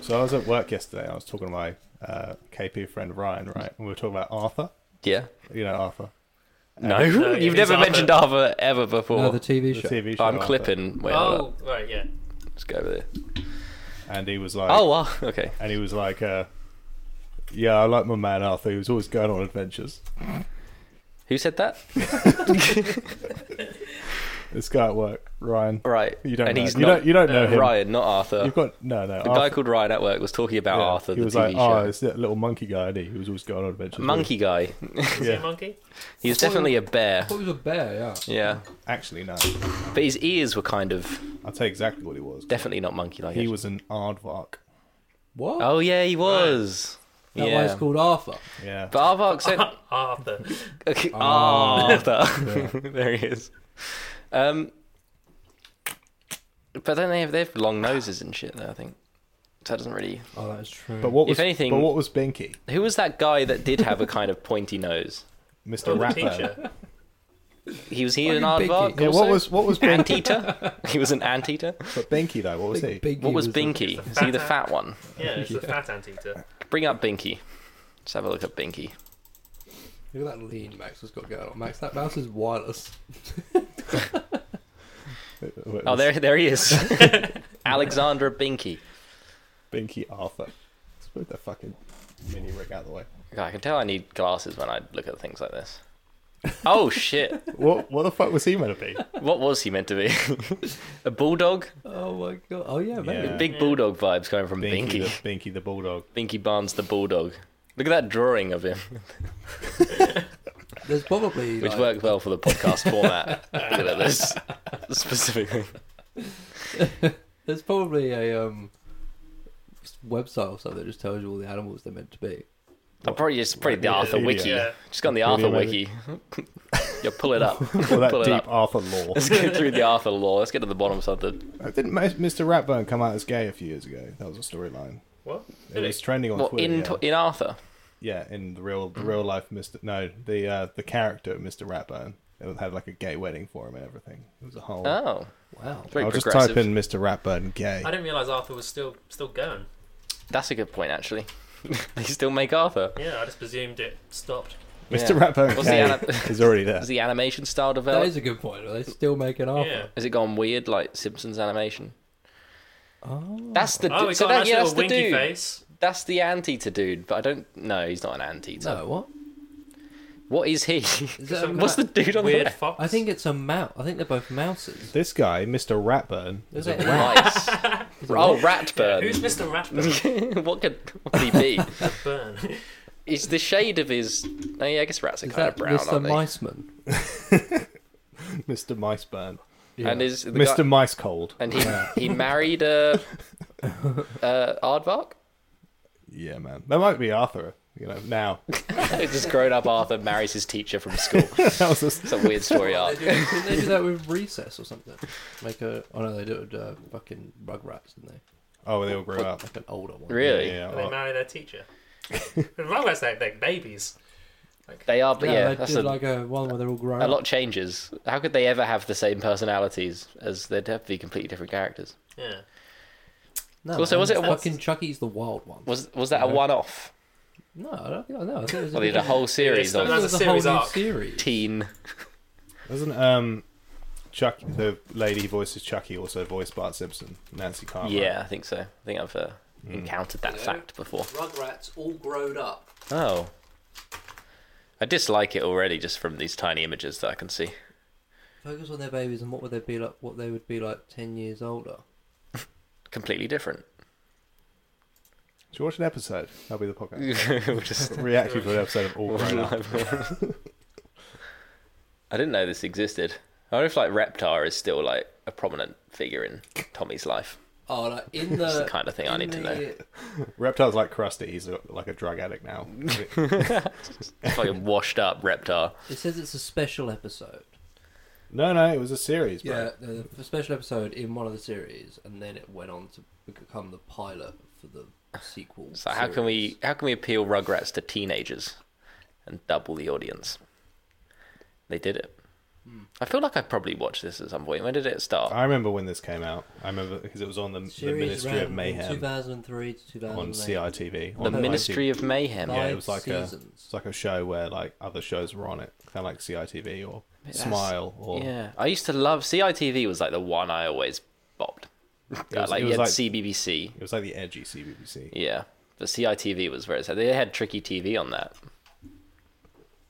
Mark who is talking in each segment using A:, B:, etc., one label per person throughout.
A: So I was at work yesterday. And I was talking to my uh, KP friend Ryan, right? And we were talking about Arthur.
B: Yeah.
A: You know Arthur,
B: No,
A: Uh,
B: no,
A: it
B: you've
A: is
B: never
A: Arthur.
B: mentioned Arthur ever before.
C: No, the
A: the
C: TV show.
A: TV show.
B: I'm
A: Arthur.
B: clipping. Wait, hold up.
D: Oh, right, yeah.
B: Let's go over there.
A: and he was like,
B: Oh, wow. Okay.
A: and he was like, uh, yeah, I like my man Arthur. He was always going on adventures.
B: Who said that?
A: This guy at work, Ryan.
B: Right.
A: You don't.
B: and
A: know.
B: he's
A: you
B: not uh,
A: don't. You don't know him.
B: Ryan, not Arthur.
A: You've got no, no.
B: the guy called Ryan at work was talking about Arthur,
A: He
B: the
A: was
B: TV
A: like, oh,
B: show.
A: it's that little monkey guy. And he He was always going on adventures.
B: Monkey guy.
D: Is he
A: Yeah.
D: a monkey?
B: He's definitely a bear.
C: thought it was a bear, yeah.
B: Yeah.
A: Actually, no.
B: But his ears were kind of
A: I'll tell you exactly what he was.
B: definitely not monkey like.
A: He was an aardvark.
C: What?
B: Oh, yeah, he was.
C: that
B: yeah.
C: why it's called Arthur.
A: Yeah.
B: But Arvark said,
D: Arthur.
B: Okay.
C: Oh.
A: Ah.
B: Arthur. there he is. Um, but then they have they have long noses and shit. Though I think so. That doesn't really.
C: Oh, that is true.
A: But what
B: If
A: was
B: anything-
A: But what was Binky?
B: Who was that guy that did have a kind of pointy nose?
A: Mr.
D: Oh, the
A: Rapper.
D: teacher.
B: He was he an
C: Fucking
B: aardvark?
C: Binky.
A: Yeah.
B: also?
A: What was what was Binky?
B: anteater? he was an anteater.
A: but Binky though, what was he?
C: Binky
B: What was
C: the-
B: Binky?
D: the
B: Is he the
D: fat
B: fat one?
D: Yeah, it's the fat anteater.
B: Bring up Binky. Let's have a look at Binky.
C: Look at that lean Max has got going on. Max, that mouse is wireless.
B: Oh, there there he is. Alexandra Binky.
A: Binky Arthur. Let's move the fucking mini rig out of the way.
B: God, I can tell I need glasses when I look at things like this. Oh shit.
A: What what the fuck was he meant to be?
B: What was he meant to be? a bulldog?
C: Oh my god. Oh yeah, maybe.
A: Yeah.
B: Big bulldog vibes coming from
A: Binky,
B: Binky.
A: The, Binky the bulldog.
B: Binky Barnes the bulldog. Look at that drawing of him,
C: There's probably
B: which
C: like,
B: worked well for the podcast format. Look at this specifically.
C: there's probably a um website or something that just tells you all the animals they're meant to be.
B: I'm probably it's probably the
A: Wikipedia.
B: Arthur Wiki.
D: Yeah.
B: Just go on the
A: Wikipedia,
B: Arthur
A: maybe.
B: Wiki. yeah, pull it up.
A: Or that
B: pull it
A: deep
B: up.
A: Arthur lore.
B: Let's get through the Arthur lore. Let's get to the bottom of something.
A: Uh, Didn't Mas- Mr. Ratburn come out as gay a few years ago? That was a storyline.
D: What?
A: It was trending on
B: Well,
A: Twitter.
B: in Mm.
A: yeah.
B: in Arthur.
A: yeah, in the real the real life Mr. No, the uh, the character of Mr. Ratburn. It would have like a gay wedding for him and everything. It was a whole.
B: Oh,
C: Wow.
B: very
A: I'll just
B: progressive.
A: type in Mr. Ratburn gay.
D: I didn't realise Arthur was still still going.
B: That's a good point, actually. they still make Arthur.
D: Yeah, I just presumed it stopped.
A: Mr.
B: yeah.
A: Ratburn
B: What's the
A: gay
B: ana-
A: is already there.
B: Is the animation style
C: That
B: developed?
C: is a good point. Are they still making Arthur?
D: Yeah.
B: Has it gone weird like Simpsons animation?
C: Oh.
B: That's the
D: Oh,
B: du-
D: we
B: so
D: got
B: that,
D: a nice
B: yeah, that's
D: little
B: the
D: winky
B: dude.
D: face.
B: That's the anteater dude, but I don't. No, he's not an anteater.
C: No, what?
B: What is he?
C: Is that a
B: What's the
C: ma-
B: dude on
D: Weird
B: the left?
D: fox.
C: I think it's a mouse. I think they're both mouses.
A: This guy, Mr. Ratburn,
C: Is
A: is a
C: it?
A: rat.
B: Mice. oh,
D: Who's
B: Ratburn.
D: Mr. Ratburn?
B: what could what could he be?
D: Burn.
B: It's the shade of his. No, yeah, I guess rats are
C: Is
B: kind
C: that
B: of brown,
C: Mr.
B: aren't they?
C: Miceman?
A: Mr. Miceburn,
C: Yeah.
B: And is the guy-
A: Mr. Mice Cold.
B: and he he married a uh, aardvark.
A: Yeah, man, that might be Arthur. You know, now
B: It's just grown up Arthur marries his teacher from school.
A: that was just,
B: It's a weird story
C: They
B: arc.
C: do, didn't they do that with Recess or something? Like a oh no, they do it with uh, fucking Rugrats, didn't they?
A: oh, they all grew up.
C: Like an older one.
B: Really?
A: Yeah,
D: And they marry their teacher. Rugrats like, like babies.
B: They are, but
C: Yeah,
B: yeah,
C: they
B: that's
C: did
B: a,
C: like a one where they're all grown.
B: a
C: up.
B: lot changes. How could they ever have the same personalities as they'd have to be completely different characters?
D: Yeah.
C: No,
B: Also,
C: man,
B: was it a-
C: fucking Chucky's the wild one?
B: Was was that a one-off?
C: No, I don't think. No, I think it was
B: Well, they did a whole series
D: Yeah,
B: on
D: so That's
C: It was
D: a
C: whole
D: series
C: new
D: arc.
C: series.
B: teen.
A: Doesn't um, Chuck, the lady who voices Chucky, also voiced Bart Simpson, Nancy Carver?
B: Yeah, I think so. I think I've uh, encountered that fact before.
C: Rugrats all grown up.
B: Oh, I dislike it already just from these tiny images that I can see.
C: Focus on their babies and what would they be like? What they would be like ten years older.
B: Completely different.
A: Should we watch an episode? That'll be the podcast.
B: We'll just-
A: Reacting to an episode of All Grown Up.
B: I didn't know this existed. I wonder if like Reptar is still like a prominent figure in Tommy's life.
C: Oh, like in the,
B: It's the kind of thing I
C: in
B: need to know.
A: Reptile's like Krusty. He's a, like a drug addict now.
B: Fucking washed up Reptar.
C: It says it's a special episode.
A: no, no, it was a series, bro.
C: Yeah, the, the special episode in one of the series, and then it went on to become the pilot for the sequel.
B: So how can
C: series.
B: we how can we appeal Rugrats to teenagers and double the audience? They did it. I feel like I probably watched this at some point. When did it start?
A: Hmm. I remember when this came out. I remember because it was on the, the Ministry of Mayhem
C: 2003 to 2008.
A: on CITV.
B: the
A: on
B: Ministry of Mayhem.
A: Yeah,
C: Five
A: it was like a-
C: seasons.
A: It's like a show where like other shows were on it, kind of like CITV or
B: That's-
A: Smile or
B: Yeah, I used to love CITV. Was like the one I always bopped.
A: It was-
B: like
A: it
B: you
A: was
B: had
A: like-
B: CBBC.
A: it was like the edgy CBBC.
B: Yeah, but CITV was where it's at. They had Tricky TV on that.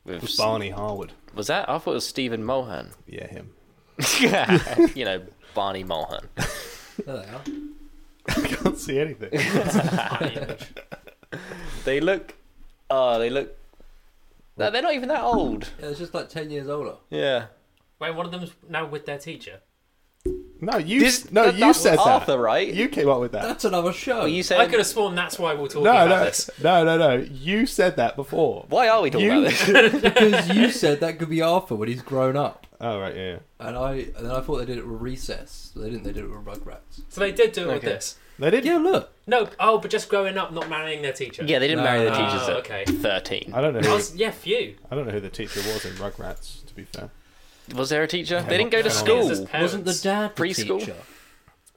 B: With
A: With
B: s-
A: Barney Harwood,
B: was that? I thought it was Stephen Mohan.
A: yeah, him.
B: you know, Barney Mohan.
C: There they are.
A: I can't see anything.
B: They look. Oh, they look. No, they're not even that old.
C: Yeah, it's just like 10 years older.
B: Yeah.
D: Wait, one of them's now with their teacher.
A: No, you
B: This-
A: no,
B: that-
A: you
B: that's
A: said
B: Arthur,
A: that.
B: right?
A: You came up with that.
C: That's another show.
B: Well, you said.
D: I could have sworn that's why we're talking
A: no,
D: about
A: no,
D: this.
A: no, no, no. You said that before.
B: Why are we talking
A: You-
B: about this?
C: because you said that could be Arthur when he's grown up.
A: Oh right, yeah.
C: And I and then I thought they did it with Recess. They didn't. They did it with Rugrats.
D: So they did do it with
B: Okay.
D: this.
A: They did.
C: Yeah, look.
D: No, oh, but just growing up, not marrying their teacher.
B: yeah, they didn't
C: No,
B: marry the
C: no,
B: teachers
D: no.
B: at
D: Okay.
B: thirteen.
A: I don't know.
D: I
A: Who,
D: was- yeah, few.
A: I don't know who the teacher was in Rugrats. To be fair,
B: Was there a teacher? They didn't go to
A: Yeah.
D: It's
B: school.
D: just-
C: Wasn't the
D: Parents.
C: dad the
B: Oh, Preschool?
C: teacher?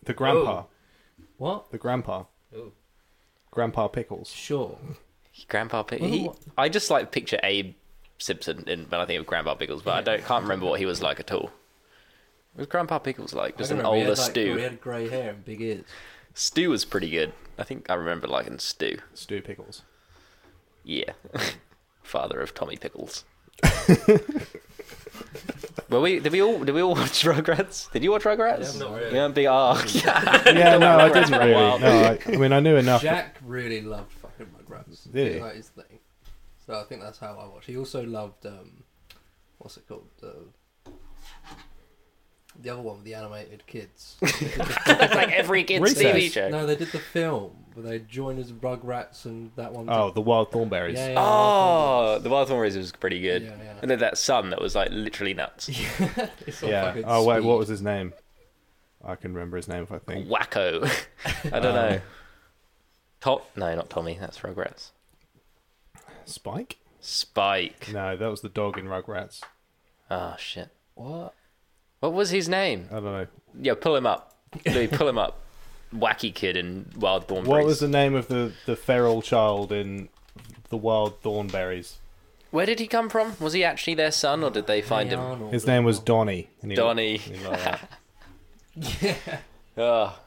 A: the
B: Oh.
A: grandpa,
C: What?
A: the grandpa,
D: Ooh.
A: grandpa Pickles.
C: Sure.
B: Grandpa Pig.
C: Wasn't
B: He,
C: what-
B: I just like picture Abe Simpson in, when I think of Grandpa Pickles, but I don't can't remember what he was like at all. What was Grandpa Pickles like? Just
C: I
B: an
C: remember he
B: older
C: had, like,
B: stew.
C: He had grey hair and big ears.
B: Stew was pretty good. I think I remember liking Stew.
A: Stu Pickles.
B: Yeah. Father of Tommy Pickles. Well, we did we all did we all watch Rugrats? Did you oh, watch Rugrats?
D: Not really.
B: Yeah, big arc.
A: Yeah, no, I
B: Rugrats
A: didn't
B: for a
A: really.
B: while.
A: No, I, I mean I knew enough.
C: Jack really loved fucking Rugrats.
A: Did he?
C: That is his thing. So I think that's how I watched. He also loved um, what's it called? The the other one with the animated kids.
B: That's like every kid's
A: Recess.
B: TV show.
C: no, they did the film where they joined as Rugrats and that one.
A: Oh, the wild thornberries.
C: yeah, yeah.
B: Oh, the Wild Thornberries was pretty good.
C: Yeah, yeah.
B: And then that son that was like literally nuts.
C: It's all
A: Yeah.
C: fucking
A: Oh wait,
C: speed.
A: what was his name? I can remember his name if I think.
B: Wacko. I
A: Um,
B: don't know. Top? No, not Tommy. That's Rugrats.
A: Spike?
B: Spike.
A: No, that was the dog in Rugrats.
B: Oh shit.
C: What?
B: What was his name?
A: I don't know.
B: Yeah, pull him up. Louis, pull him up. Wacky kid in Wild Thornberries.
A: What was the name of the the feral child in the wild thornberries?
B: Where did he come from? Was he actually their son, or did they find him?
A: His name was Donnie. and he-
B: Donnie.
A: he loved that.
B: Oh,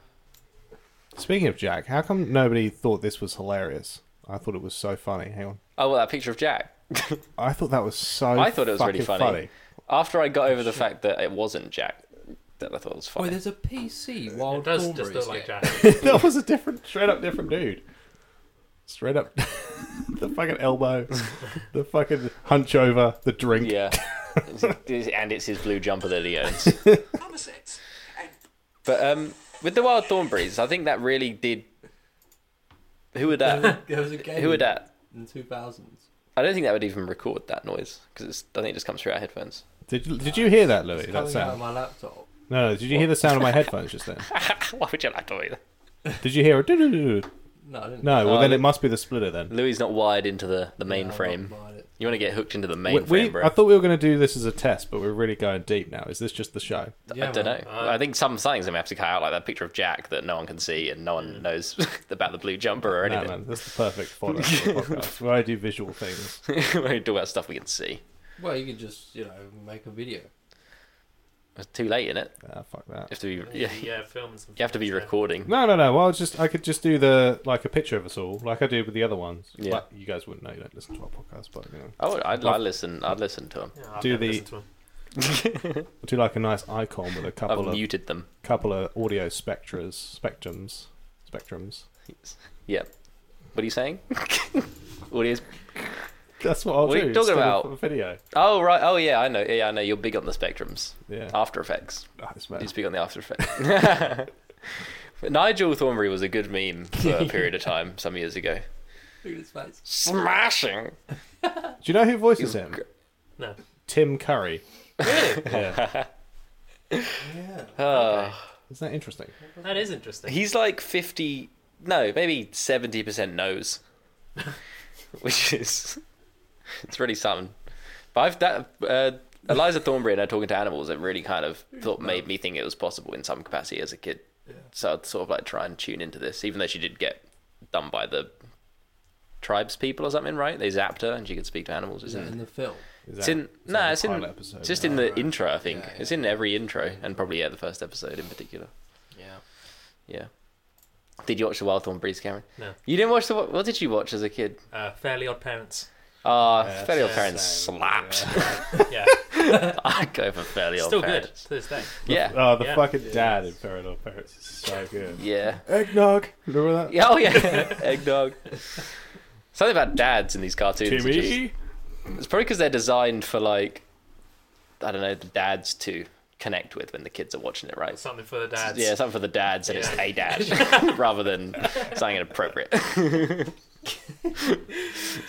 A: Speaking of Jack, how come nobody thought this was hilarious? I thought it was so funny. Hang on.
B: oh well, that picture of Jack.
A: I thought that was so
B: I thought it was really
A: fucking
B: funny. After I got over the fact that it wasn't Jack, that I thought was
C: Wait,
B: funny.
C: Oh, there's a PC Wild
D: It does just look
C: Thornberries
D: like
C: game.
D: Jack.
A: that was a different, straight up different dude. Straight up the fucking elbow, the fucking hunch over, the drink.
B: Yeah. and it's his blue jumper that he owns. But um, with the Wild Thornberries, I think that really did. Who would that?
C: There was a game
B: Who would that?
C: in 2000s.
B: I don't think that would even record that noise because I think it just comes through our headphones.
A: Did you, did you hear that, Louis? That
C: Coming out of
A: sound?
C: my laptop.
A: No, no. Did you hear the sound of my headphones just then?
B: Why would you like to either?
A: Did you hear it? No.
C: No, I didn't.
A: Well,
B: Oh,
A: then
B: I-
A: it must be the splitter then.
B: Louis not wired into the the
C: No, I'm not
B: mainframe.
C: buying it.
B: you want to get hooked into the
A: We-
B: mainframe,
A: we-
B: bro?
A: I thought we were going to do this as a test, but we're really going deep now. Is this just the show?
C: Yeah,
B: I don't
C: man.
B: know. I think some things I'm gonna have to cut out, like that picture of Jack that no one can see and no one knows about the blue jumper or
A: No,
B: anything.
A: man, that's the perfect fodder for a podcast. Where I do visual things.
B: we talk about stuff we can see.
C: Well, you could just, you know, make a video.
B: It's too late in it.
A: Ah, fuck
B: You
A: that.
B: have to be,
D: yeah,
B: yeah, you
D: yeah, uh, films. And
B: have to be
D: things, yeah.
B: recording.
A: No, no, no. Well, I was just I could just do the like a picture of us all, like I did with the other ones.
B: Yeah.
A: Like, you guys wouldn't know. You don't listen to our podcast, but you know,
B: I would, Oh, I'd, I'd listen. I'd listen to him.
D: Yeah, I've
A: Do
D: never
A: the-
D: listened to 'em.
A: do like a nice icon with a
B: I've
A: couple of
B: muted them.
A: couple of audio spectras, spectrums, spectrums.
B: Yeah. What are you saying? Audience.
A: That's what I'll
B: What are
A: do.
B: you talking
A: instead
B: about?
A: of a video.
B: Oh right. Oh yeah. I know. Yeah, I know. You're big on the spectrums.
A: Yeah. Oh,
B: After Effects.
A: Nice,
B: You
A: man.
B: speak on the After Effects. but Nigel Thornberry was a good meme for a period of time some years ago.
C: Look at his face.
B: Smashing.
A: Do you know who voices him?
D: No.
A: Tim Curry. yeah.
C: Yeah.
B: Uh,
A: Isn't that interesting?
D: That is interesting.
B: He's like 50, no, maybe 70% nose, which is, it's really something. But I've, that, uh, Eliza Thornberry and her talking to animals, it really kind of thought made me think it was possible in some capacity as a kid. So I'd sort of like try and tune into this, even though she did get done by the tribes people or something, right? They zapped her and she could speak to animals,
C: Is that
B: isn't
C: in
B: it?
C: the film?
A: Is
B: It's
A: that-
B: in
A: is that
B: no,
A: the
B: it's in
A: pilot episode?
B: just in the intro. I think
C: Yeah,
B: it's in every intro and probably yeah the first episode in particular.
C: Yeah.
B: Yeah. Did you watch the Wild Thornberries, Cameron?
D: No.
B: You didn't watch the what did you watch as a kid?
D: Uh, Fairly Odd Parents.
B: Ah,
A: Yeah,
B: Fairly Odd
D: yeah,
B: Parents
A: same,
B: slapped.
D: Yeah,
B: I'd go for Fairly Odd
D: still good
B: Parents.
D: to this day.
B: Yeah.
A: Oh, the
D: Yeah.
A: fucking dad in Paranoid Parents is so good.
B: Yeah.
A: Eggnog. Remember that?
B: Yeah, Oh yeah, eggnog. Something about dads in these cartoons. are just-
A: Timmy.
B: it's probably because they're designed for like, I don't know, the dads to connect with when the kids are watching it, right?
D: Something for the dads.
B: Yeah, something for the dads, and it's
D: Yeah.
B: a dad rather than something inappropriate.
D: I think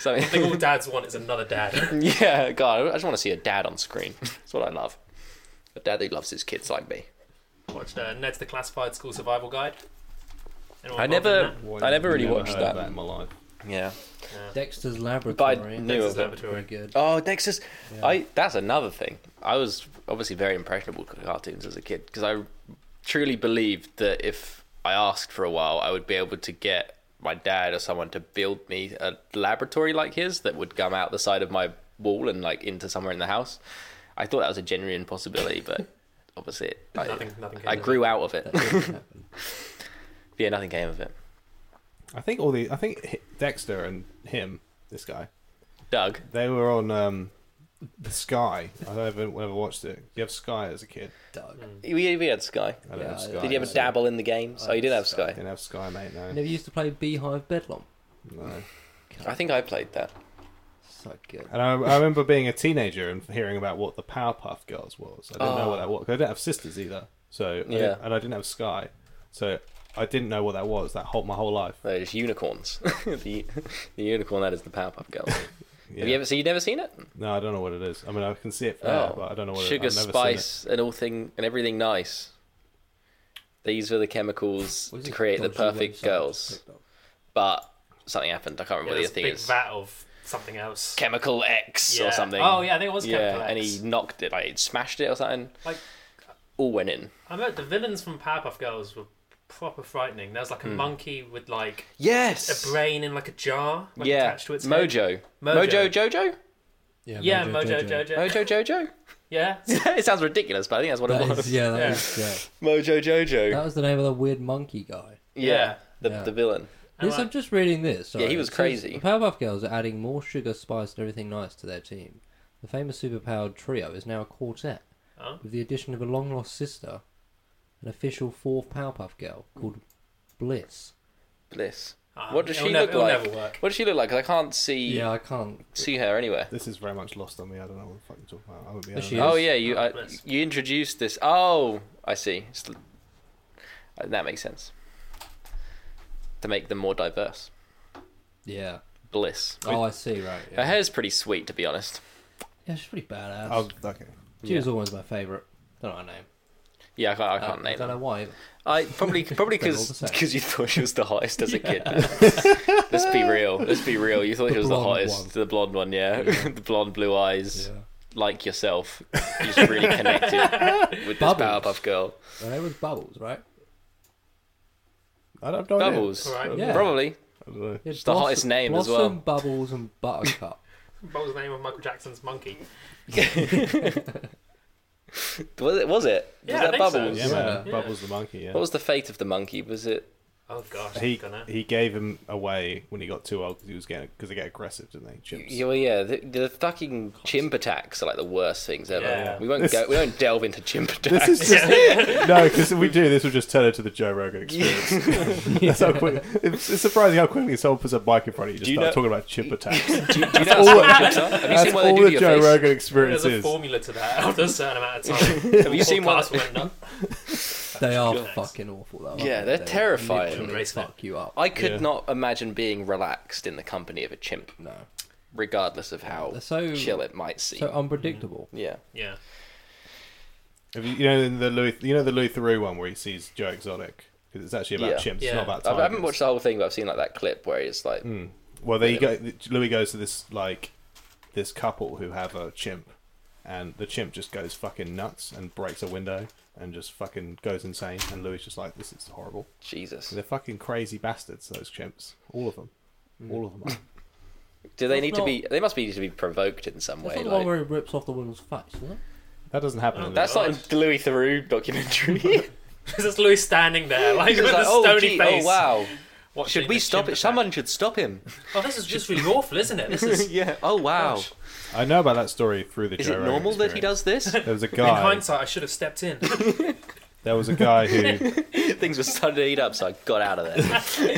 B: something.
D: all dads want is another dad.
B: Yeah, God, I just want to see a dad on screen. That's what I love. A dad who loves his kids like me.
D: Watched uh, Ned's The Classified School Survival Guide. Anyone
B: I
D: involved
B: never,
D: in
A: Boy,
B: I never
A: I've
B: really watched
A: heard
B: that.
A: in my life.
B: Yeah.
D: that? Yeah.
C: Dexter's Laboratory.
B: knew
D: Dexter's
B: of it.
D: Laboratory.
C: Very good.
B: Oh, Dexter's.
C: Yeah.
B: I. That's another thing. I was obviously very impressionable to cartoons as a kid because I truly believed that if I asked for a while, I would be able to get my dad or someone to build me a laboratory like his that would come out the side of my wall and like into somewhere in the house. I thought that was a genuine possibility, but obviously, it, I,
D: Nothing, nothing. came
B: I
D: of it.
B: grew out of it.
C: That didn't happen.
B: yeah, nothing came of it.
A: I think all the I think H- Dexter and him, this guy,
B: Doug.
A: they were on um, Sky. I don't ever, ever watched it. You have Sky as a kid.
C: Doug.
D: Hmm.
B: We, we had Sky.
A: I don't
C: Yeah,
A: have
C: I-
A: Sky.
B: Did you ever
A: so-
B: dabble in the games?
C: I
B: Oh, you did
C: had
B: have
C: Sky.
B: Sky.
A: Didn't have Sky, mate.
C: You
A: No.
C: never used to play Beehive Bedlam.
A: no.
B: I think I played that.
C: So good.
A: And I, I remember being a teenager and hearing about what the Powerpuff Girls was. I didn't know what
B: Oh.
A: that was. 'cause I didn't have sisters either. So I
B: Yeah.
A: didn't- and I didn't have Sky, so I didn't know what that was. That whole my whole life.
B: They're just unicorns. the, the unicorn that is the Powerpuff Girls.
A: Yeah.
B: Have you ever? So you never seen it? Oh.
A: No, I don't know what it is. I mean, I can see it from there, but I don't know what
B: Sugar,
A: it is.
B: spice, and all thing and everything nice. These were the chemicals
C: What is
B: to
C: it?
B: create the
C: Dodgy
B: perfect
C: website.
B: girls, but something happened. I can't
D: Yeah,
B: remember
D: there's
B: what the
D: a
B: thing
D: big
B: is.
D: vat of something else.
B: Chemical X
D: Yeah.
B: or something.
D: Oh yeah, I think it was Chemical
B: yeah,
D: X.
B: and he knocked it, like smashed it or something.
D: Like-
B: all went in.
D: I bet the villains from Powerpuff Girls were proper frightening. There was like a
B: Hmm.
D: monkey with like
B: Yes.
D: a brain in like a jar like,
B: yeah.
D: attached to its head.
B: Mojo.
D: Mojo.
B: Mojo Jojo.
D: Yeah, Mojo, Jojo.
B: Mojo Jojo.
D: Yeah.
B: it sounds ridiculous, but I think that's what it
C: That
B: was.
C: is, yeah, that
D: Yeah.
C: is- yeah.
B: Mojo Jojo.
C: That was the name of the weird monkey guy.
B: Yeah,
D: Yeah.
B: The,
C: Yeah.
B: the villain.
D: And,
C: This, I'm
D: like,
C: just reading this.
B: Yeah, he
C: sorry.
B: was
C: It says,
B: crazy.
C: The Powerpuff Girls are adding more sugar, spice, and everything nice to their team. The famous superpowered trio is now a quartet,
D: Oh.
C: with the addition of a long lost sister, an official fourth Powerpuff Girl called Bliss.
B: Bliss.
D: Ah,
B: what does she
D: it'll nev-
B: look
D: it'll
B: like?
D: never work.
B: What does she look like? 'Cause I can't see
C: Yeah, I can't.
B: see her anywhere.
A: This is very much lost on me. I don't know what the fuck you're talking about. I would be.
C: There she
A: honest.
C: is.
B: Oh yeah, you
D: Oh,
B: I,
D: Bliss.
B: you introduced this. Oh, I see. It's l- uh, that makes sense. To make them more diverse.
C: Yeah.
B: Bliss.
C: Oh, I see. Right.
B: Her
C: Yeah,
B: hair's pretty sweet, to be honest.
C: yeah she's pretty badass.
A: Oh, okay.
C: she was always my favorite. Don't know her name.
B: Yeah, I can't, I
C: Uh,
B: can't name
C: Don't
B: her.
C: know why.
B: I probably probably
C: They're all
B: because
C: the same.
B: you thought she was the hottest as a kid. let's be real. Let's be real. You thought
C: The
B: she was the
C: blonde
B: hottest,
C: one.
B: the blonde one. Yeah, the blonde, blue eyes.
C: Yeah.
B: like yourself, you just really connected with this
C: Bubbles.
B: Powerpuff Girl.
C: Her name was Bubbles, right?
A: I don't know.
B: Bubbles,
D: Right.
C: Yeah.
B: probably.
A: I don't know.
C: Yeah,
B: It's the hottest name as
C: Blossom,
B: well.
C: Bubbles, and Buttercup.
D: What was the name of Michael Jackson's monkey?
B: Was it? Was it? Was
D: Yeah,
B: that
D: I think so.
B: Bubbles?
A: Yeah, man.
D: Yeah.
A: Bubbles the monkey. Yeah.
B: What was the fate of the monkey? Was it?
D: Oh gosh,
A: He
D: gonna.
A: he gave him away when he got too old because he was getting because they get aggressive, didn't they? Chimps.
B: Yeah, well, yeah. The, the fucking chimp attacks are like the worst things ever.
D: Yeah.
B: We won't go. We won't delve into chimp attacks.
A: This is just, no, because if we do, this will just turn into the Joe Rogan experience. That's how quick, it's, it's surprising how quickly someone puts a mic in front of you. Just
B: Do you
A: start
B: know-
A: talking about chip attacks.
B: do, you- do you know what
A: all-
B: chimps are? Have you
A: That's
B: seen what they
A: all
B: do to
A: the
B: your
A: Joe
B: face?
A: Rogan
D: There's
A: experience
D: a
A: is.
D: formula to that after a certain amount of time. Have
B: you seen what-
C: They are
D: Good.
C: fucking awful though. aren't
B: Yeah,
C: they?
B: they're
C: They
B: terrifying.
C: Literally
D: Embrace
C: fuck you up.
B: I could
A: Yeah.
B: not imagine being relaxed in the company of a chimp,
C: No,
B: regardless of how
C: they're Uh, so
B: chill it might seem.
C: so unpredictable.
B: yeah.
D: Yeah.
A: Have you, you know in the Louis, you know the Louis Theroux one where he sees Joe Exotic because it's actually about
B: Yeah.
A: chimps,
D: Yeah.
A: not about
B: I
A: tigers.
B: I haven't watched the whole thing, but I've seen like that clip where he's like,
A: Well, there you go. Louis goes to this like this couple who have a chimp, and the chimp just goes fucking nuts and breaks a window and just fucking goes insane. And Louis just like, this is horrible.
B: Jesus.
A: They're fucking crazy bastards. Those chimps, all of them, all of them. Are.
B: Do they
C: That's
B: need to
C: not-
B: be? They must be need to be provoked in some way.
C: That's not the one
B: like-
C: where he rips off the woman's face, is it?
A: That doesn't happen. in
B: Oh, that's
A: this.
B: not in the Louis Theroux documentary. He's
D: It's just Louis standing there, like
B: just
D: with a
B: like, oh,
D: stony
B: gee,
D: face.
B: oh wow.
D: watching
B: Should we
D: this
B: stop
D: chimp
B: it?
D: attack.
B: Someone should stop him.
D: Oh, this is just really awful, isn't it? This is.
B: yeah. Oh wow.
D: Gosh.
A: I know about that story through the.
B: Is
A: Joe
B: it
A: Rogan
B: normal that he
A: experience.
B: does this?
A: There was a
D: In
A: guy.
D: hindsight, I should have stepped in.
A: There was a guy who.
B: Things were starting to heat up, so I got out of there.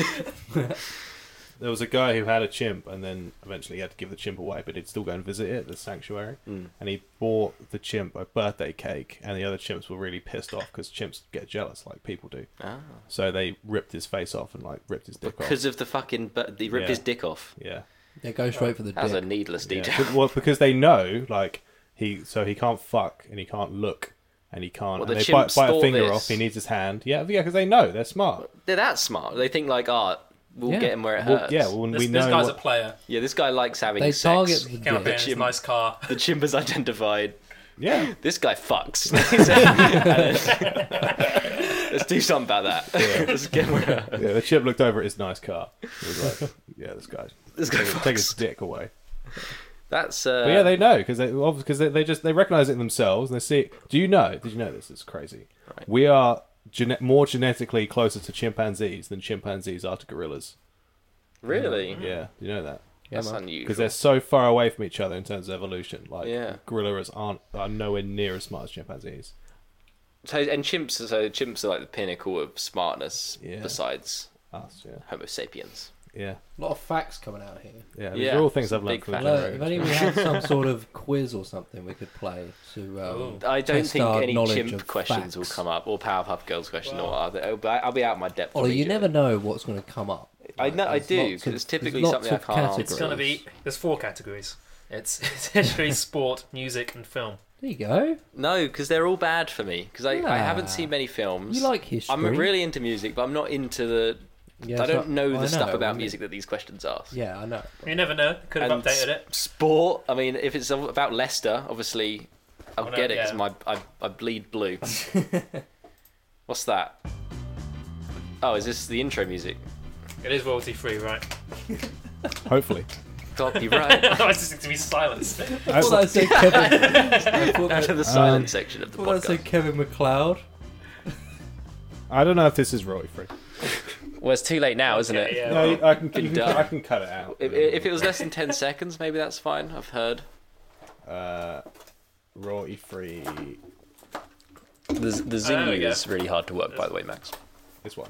A: There was a guy who had a chimp, and then eventually he had to give the chimp away, but he'd still go and visit it, the sanctuary. And he bought the chimp a birthday cake, and the other chimps were really pissed off because chimps get jealous like people do.
B: Ah.
A: So they ripped his face off and like ripped his dick
B: Because of the fucking, but he ripped
A: Yeah.
B: his dick
A: off.
B: off.
A: Yeah.
C: Yeah, go straight for the
B: That was a
C: dick.
B: needless
A: Yeah,
B: detail.
A: but- well, because they know, like he, so he can't fuck and he can't look and he can't.
B: Well, the
A: and they bite,
B: chimps
A: bite a
B: thought
A: finger
B: this.
A: off. He needs his hand. Yeah, yeah, because they know they're smart.
B: They're that smart. They think like, ah, we'll
C: Yeah.
B: get him where it
A: Well,
B: hurts.
A: yeah, well,
D: This,
A: we
D: this
A: know.
D: guy's a
A: what-
D: player.
B: yeah. This guy likes having
C: They
B: sex.
C: target the
D: Came up here
C: dick.
D: in his
B: Jim-
D: nice car.
B: The chimp has identified.
A: yeah,
B: This guy fucks. Let's do something about that. Let's get him where it hurts.
A: yeah. The chimp looked over at his nice car. He was like, "Yeah, this guy,
B: This guy
A: take, take his
B: fucks.
A: dick away."
B: That's uh,
A: But yeah, they know because they because they, they just they recognize it themselves and they see. It. Do you know? Did you know this? It's crazy.
B: Right.
A: We are gene- more genetically closer to chimpanzees than chimpanzees are to gorillas.
B: really.
A: Yeah, do you know that?
C: Yeah,
B: That's
C: man.
B: unusual.
A: because they're so far away from each other in terms of evolution. Like
B: Yeah.
A: gorillas aren't are nowhere near as smart as chimpanzees.
B: So, and chimps, so chimps are like the pinnacle of smartness
A: Yeah.
B: besides
A: Us, yeah,
B: Homo sapiens.
A: yeah,
C: A lot of facts coming out here.
A: yeah. These
B: Yeah,
A: are all things
B: some
A: I've learned
B: big
A: from
B: facts.
A: Joe
C: Well, if
A: Rogan.
C: only we had some sort of quiz or something we could play to. Um,
D: Ooh.
B: I don't
C: Test
B: think
C: our
B: any
C: knowledge
B: chimp
C: of
B: questions will
C: facts.
B: come up, or Powerpuff Girls question,
D: Wow.
B: or other. I'll be- I'll be out of my depth.
C: Ollie,
B: on
C: you
B: each
C: never
B: of it.
C: know what's going to come up.
B: I know- I
C: there's
B: do,
C: lots
B: 'cause
C: of-
B: it's typically
C: there's
B: something
C: lots
B: I
C: of
B: can't answer.
D: It's going to be. There's four categories. It's it's literally sport, music, and film.
C: There you go.
B: No, because they're all bad for me. Because I, I
C: Nah.
B: haven't seen many films.
C: Ah. You like history.
B: I'm really into music, but I'm not into the.
C: Yeah,
B: I
C: so-
B: don't know the
C: I
B: stuff about
C: I mean-
B: music that these questions ask.
C: Yeah, I know.
D: You never know. Could have
B: And
D: updated it.
B: s- Sport. I mean, if it's about Leicester, obviously, I'll
D: Well, no,
B: get it 'cause
D: yeah.
B: my I, I bleed blue. What's that? Oh, is this the intro music?
D: It is royalty free, right?
A: Hopefully,
B: Copyright.
D: Otherwise, it's going to be silenced.
C: I thought that said Kevin. I thought
B: Out of
C: that-
B: the silent section of the
C: I thought that
B: podcast.
C: said Kevin McLeod.
A: I don't know if this is royalty free.
B: Well, it's too late now, isn't
D: Okay,
B: it?
D: yeah.
A: No,
D: well,
A: I can, you
B: been
A: can
B: done.
A: I can cut it out.
B: If, if it was less than 10 seconds, maybe that's fine. I've heard.
A: uh, royalty free,
B: The, the
D: zing we go. is
B: really hard to work, by the way, Max.
A: this one.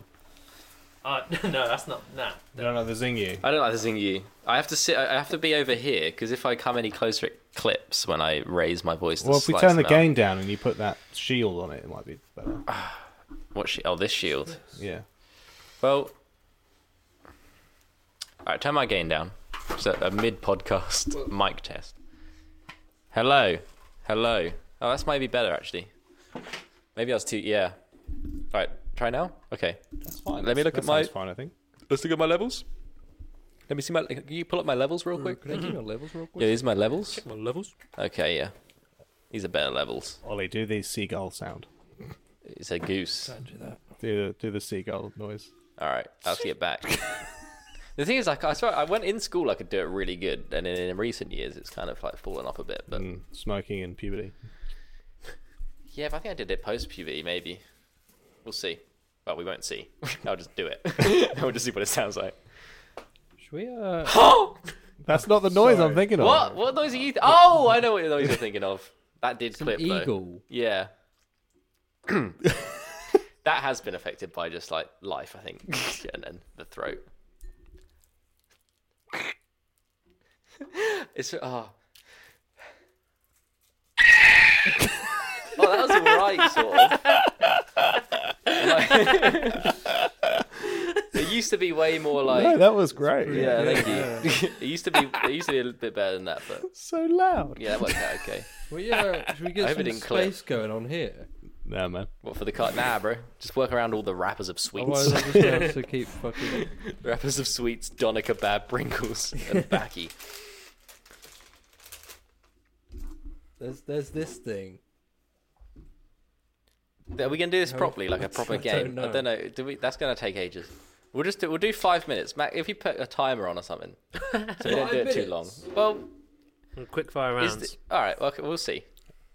D: uh, no, that's not. Nah.
A: No, no, the Zingy.
B: I don't like the zing you. I have to sit. I have to be over here because if I come any closer, it clips when I raise my voice. to
A: Well, if we
B: slice
A: turn the
B: them out.
A: gain down and you put that shield on it, it might be better.
B: What? She, oh, this shield.
A: Yeah.
B: Well, all right. Turn my gain down. It's a, a mid-podcast mic test. Hello, hello. Oh, that's maybe better actually. Maybe I was too. Yeah. All right. Try now. Okay.
A: That's fine.
B: Let me
A: That's-
B: look
A: that
B: at my-
A: sounds Fine, I think.
B: Let's look at my levels. Let me see my. Can you pull up my levels real quick?
C: Could I give you levels real quick?
B: Yeah, these are my levels.
D: My levels.
B: Okay, yeah. These are better levels.
A: Ollie, do the seagull sound.
B: It's a goose.
C: Don't do that.
A: Do the do the seagull noise.
B: All right, I'll see it back. the thing is, like, I swear, I went in school, I could do it really good, and in, in recent years, it's kind of like fallen off a bit. But
A: Mm, smoking in puberty.
B: yeah, but I think I did it post puberty, maybe. We'll see. Well, we won't see. I'll just do it. I'll just see what it sounds like.
C: Should we? Uh,
A: That's not the noise
C: Sorry.
A: I'm thinking of.
B: what? What noise are you? Th- oh, I know what noise you're thinking of. That did
C: an
B: clip though.
C: eagle.
B: Yeah. that has been affected by just like life, I think, and then the throat. it's oh. oh, that was alright, sort of. Like- it used to be way more like.
A: No, that was great.
B: yeah, thank you. it used to be. It used to be a little bit better than that, but
A: So loud.
B: yeah, that worked out okay.
C: Well, yeah. Should we
B: I
C: get
B: hope it
C: some
B: didn't clip.
C: space going on here?
A: Nah, man.
B: What for the cut? Nah, bro. Just work around all the rappers of sweets.
C: Otherwise, I'm just gonna have to keep fucking.
B: Rappers of sweets, doner kebab, Pringles, and Backy.
C: There's there's this thing.
B: Are we gonna do this
C: How-
B: properly, like a proper
C: I
B: game?
C: don't know.
B: I don't know. Do we? That's gonna take ages. We'll just do. We'll do five minutes, Mac. If you put a timer on or something, so we don't
C: Five
B: do it too long.
C: minutes?
B: Well,
D: Quick fire
B: is
D: rounds.
B: the, all right. Well, okay, we'll see.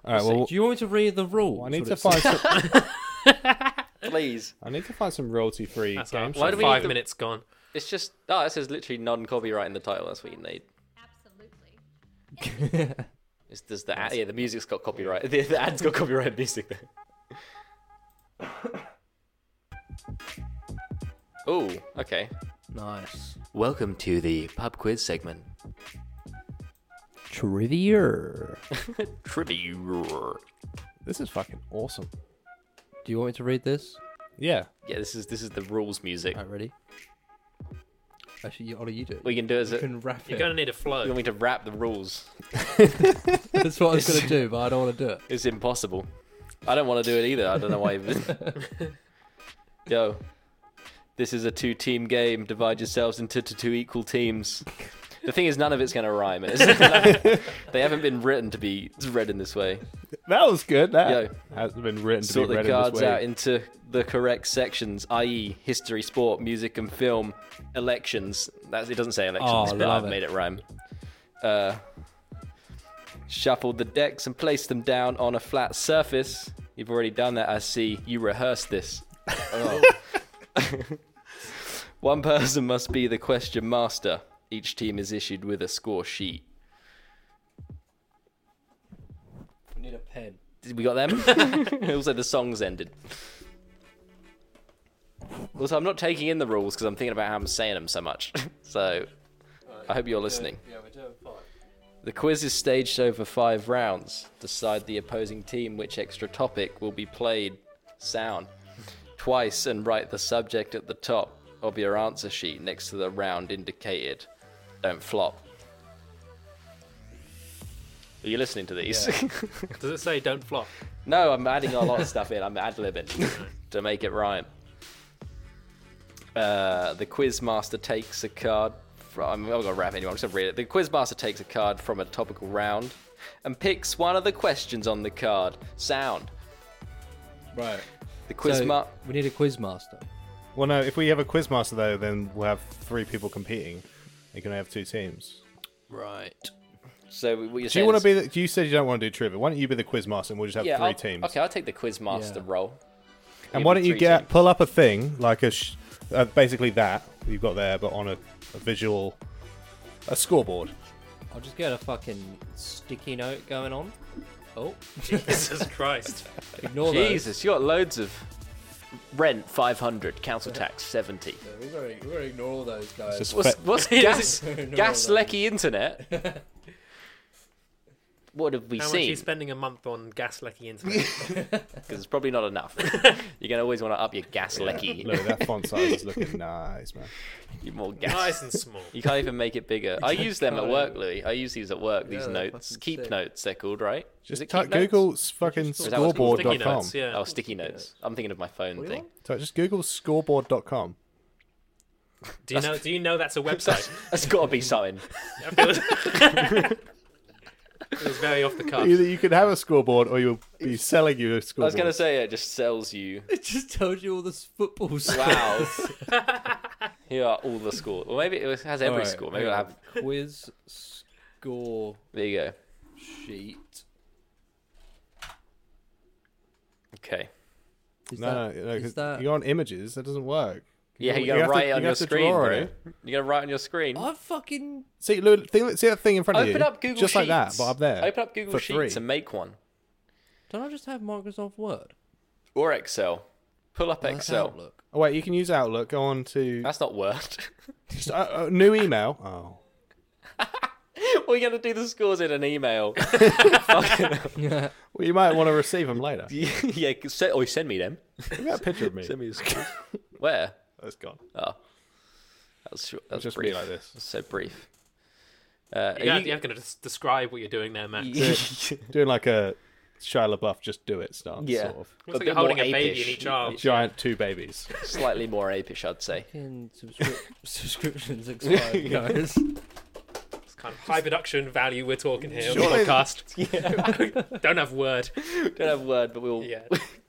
A: All right. Well,
C: Do you want me to read the rule?
A: I need to find. Some,
B: Please.
A: I need to find some royalty-free
D: That's
A: games.
D: right.
B: Why do we
D: five
B: need the-
D: minutes gone?
B: It's just. Oh, this is literally non-copyright in the title. That's what you need.
E: Absolutely.
B: It's, does the ad, yeah the music's got copyright. The, the ad's got copyright music there. oh, okay.
C: Nice
B: Welcome to the pub quiz segment.
C: trivia.
B: Trivia.
A: This is fucking awesome.
C: Do you want me to read this?
A: Yeah.
B: Yeah, this is this is the rules music.
C: Alright, ready? Actually, you, Ollie, you do it.
B: We can do is
C: you
B: it.
C: can wrap
D: You're
C: it.
D: going to need
B: You
D: a flow.
B: want me to wrap the rules?
C: That's what I was gonna do, but I don't want to do it.
B: It's impossible. I don't want to do it either. I don't know why. even- Yo, this is a two-team game. Divide yourselves into t- two equal teams. The thing is, none of it's going to rhyme. and it's- they haven't been written to be read in this way.
A: That was good. That
B: Yo.
A: hasn't been written to
B: Sort
A: be
B: the
A: read in this
B: cards
A: way.
B: out into the correct sections, i.e., history, sport, music, and film. Elections. That's it. Doesn't say elections,
C: Oh,
B: but
C: love
B: I've
C: it.
B: made it rhyme. Uh, shuffled the decks and placed them down on a flat surface. You've already done that. I see. You rehearsed this. Oh. One person must be the question master. Each team is issued with a score sheet.
C: We need a pen.
B: We got them. also, the song's ended. Also, I'm not taking in the rules because I'm thinking about how I'm saying them so much. so, I hope you're listening.
C: Yeah, we're doing fine.
B: The quiz is staged over five rounds. Decide the opposing team which extra topic will be played sound twice and write the subject at the top of your answer sheet next to the round indicated. Don't flop. Are you listening to these?
D: Does it say don't flop?
B: No, I'm adding a lot of stuff in. I'm ad libbing to make it rhyme. Uh, the quiz master takes a card. From, I'm not gonna wrap anyway. I'm just gonna read it. The quiz master takes a card from a topical round and picks one of the questions on the card. Sound.
C: Right.
B: The quiz
C: so,
B: ma-
C: we need a quiz master.
A: Well, no. If we have a quizmaster though, then we'll have three people competing. You can only have two teams.
B: Right. So what you're
A: Do you want to be? The, you said you don't want to do trivia. Why don't you be the quizmaster, and we'll just have
B: yeah,
A: 3
B: I'll-
A: teams.
B: Okay, I'll take the quiz master
C: Yeah.
B: role.
A: And why don't
B: Give me
A: you
B: three
A: get
B: teams.
A: pull up a thing like a sh- uh, basically that you've got there, but on a, a visual, a scoreboard.
C: I'll just get a fucking sticky note going on. Oh,
D: Jesus Christ.
C: ignore those.
B: Jesus, you got loads of rent 500, council tax 70.
C: Yeah, We're gonna, we're gonna ignore all those guys.
A: Just
B: What's,
A: fe-
B: what's gas, gas lecky internet? what have we
D: How much are you
B: seen?
D: spending a month on gas lecky internet?
B: Because it's probably not enough. You're gonna always want to up your gas lecky.
A: Look, that font size is looking nice, man.
B: You more gas.
D: nice and small.
B: You can't even make it bigger. I use them at
C: can't.
B: work, Louis. I use these at work. These
C: Yeah, they're
B: notes,
C: fucking
B: keep
C: sick.
B: notes, they're called, right? Is
A: Just
B: it
A: type
B: keep notes?
A: Google s- fucking
C: Is that what's
B: called?
D: Sticky
A: scoreboard.com.
D: notes, yeah.
B: Oh, sticky notes. I'm thinking of my phone
C: What do you
B: thing.
A: So just Google scoreboard.com.
D: Do you know? Do you know that's a website?
B: That's got to be something.
D: I feel it was very off the cuff.
A: Either you could have a scoreboard, or you'll be selling you a
B: I
A: scoreboard.
B: was gonna say it just sells you.
C: It just tells you all this football stuff.
B: Wow. Here are all the scores. Well, maybe it has every
C: Alright,
B: score. Maybe
C: hang
B: I'll
C: on.
B: have.
C: quiz score
B: There you go.
C: sheet.
B: Okay.
C: Is
A: no,
C: that,
A: no, no,
C: is
A: 'cause
C: that-
A: you're on images. That doesn't work.
B: Yeah, you
A: You
B: gotta
A: have to-
B: write it
A: you
B: on your
A: have to
B: screen.
A: draw
B: bro.
A: it.
B: You gotta write on your screen.
C: I fucking
A: See, look, think- see that thing in front of you.
B: Open up Google
A: just like
B: Sheets.
A: that, but up there.
B: Open up Google
A: for
B: Sheets
A: free.
B: and make one.
C: don't. I just have Microsoft Word.
B: Or Excel. Pull up
C: That's
B: Excel.
C: Outlook.
A: Oh wait, you can use Outlook. Go on to
B: That's not Word.
A: just, uh, uh, new email. Oh.
B: We're gonna do the scores in an email.
C: Yeah.
A: Well, you might want to receive them later. Look
B: yeah, send, or send me them.
A: at that picture of me.
B: Send me the scores. Where?
A: That's gone.
B: Oh, that was short. That was
A: Just be
B: brief.
A: like this.
B: That was so brief. Uh,
D: You're
B: are
D: going to describe what you're doing there, Matt.
A: Doing like a Shia LaBeouf just do it stance,
B: yeah,
A: sort of.
D: Looks like
B: bit
D: you're holding
B: more
D: a baby in
B: apish.
D: each arm.
A: Giant two babies.
B: Slightly more apish, I'd say.
C: Fucking subscri- subscriptions expired, guys.
D: Kind of high production value we're talking here on
A: Surely-
D: the podcast. Don't have word.
B: Don't have word, but we'll.
D: Yeah.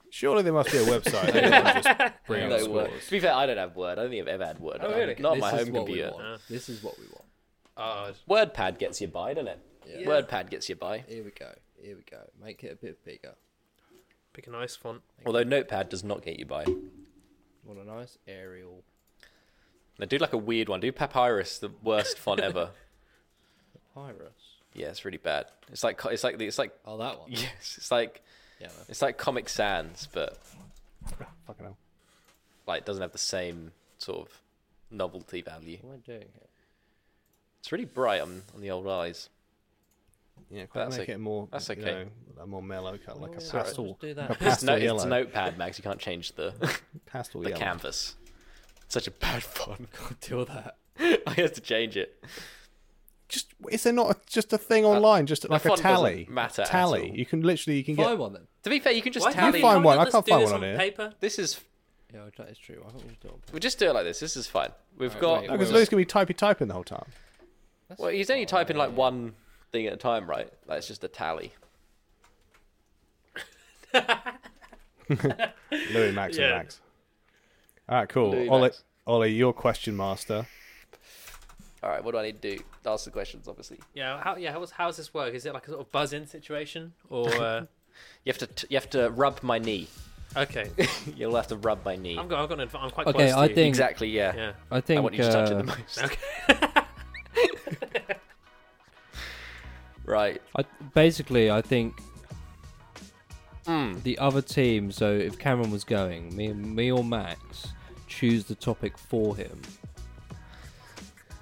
A: Surely there must be a website. that everyone just bring up
B: No word.
A: scores.
B: To be fair, I don't have word. I don't think I've ever had word.
D: Oh, really?
B: Not on
C: this
B: my
C: is
B: home
C: what
B: computer.
C: We want. This is what we want.
D: Uh,
B: WordPad gets you by, doesn't it?
C: Yeah.
B: WordPad gets you by.
C: Here we go. Here we go. Make it a bit bigger.
D: pick a nice font.
B: Although Notepad does not get you by.
C: Want a nice aerial.
B: Now do like a weird one. Do Papyrus, the worst font ever.
C: Papyrus.
B: Yeah, it's really bad. It's like co- it's like the- it's like
C: Oh, that one.
B: yes, it's like
C: Yeah, man.
B: it's like Comic Sans, but
A: Fucking hell.
B: like doesn't have the same sort of novelty value.
C: What am I doing here?
B: It's really bright on, on the old eyes.
A: Yeah, can
B: That's
A: make
B: o-
A: it more.
B: that's
A: you
B: okay.
A: know, a more mellow color, like a
C: Alright,
A: pastel.
C: let's do that.
A: A
C: It's
B: It's,
A: pastel
B: no,
A: yellow.
B: it's a Notepad, Max. You can't change the
A: pastel
B: the
A: yellow.
B: canvas. It's such a bad font.
C: Can't deal with that.
B: I have to change it.
A: Just is there not a, just a thing online? Just like a
B: font doesn't
A: tally.
B: matter at
A: Tally.
B: all.
A: You can literally you can
C: Buy
A: get.
C: one then.
B: To be fair, you can just
D: Why can't
B: tally.
D: we-
A: find one. I
D: let's
A: can't
D: do
A: find
D: this
A: one on here.
D: paper.
B: This is
C: Yeah, that is true. I thought we just do it.
B: we'll just do it like this. This is fine. We've
C: Alright,
B: got.
C: wait,
A: Because Louis can be typey typing the whole time.
B: Well, he's only typing like one thing at a time, right? Like it's just a tally.
A: Louis, Max,
D: Yeah.
A: and Max. All right, cool.
B: Louis,
A: Ollie,
B: Max.
A: Ollie, your question master.
B: All right, what do I need to do? Ask the questions, obviously.
D: Yeah. How yeah? How's how does this work? Is it like a sort of buzz in situation or? Uh,
B: You have to t- you have to rub my knee.
D: okay.
B: You'll have to rub my knee.
D: I've got. I've got. An, adv- I'm quite
C: Okay,
D: close
C: I
D: to
C: think-
B: Exactly, yeah.
D: You. Yeah.
C: I
B: I
C: think. uh,
B: want you to touch it the most. right.
C: I, basically, I think
B: Hmm.
C: the other team. So if Cameron was going, me, me or Max choose the topic for him.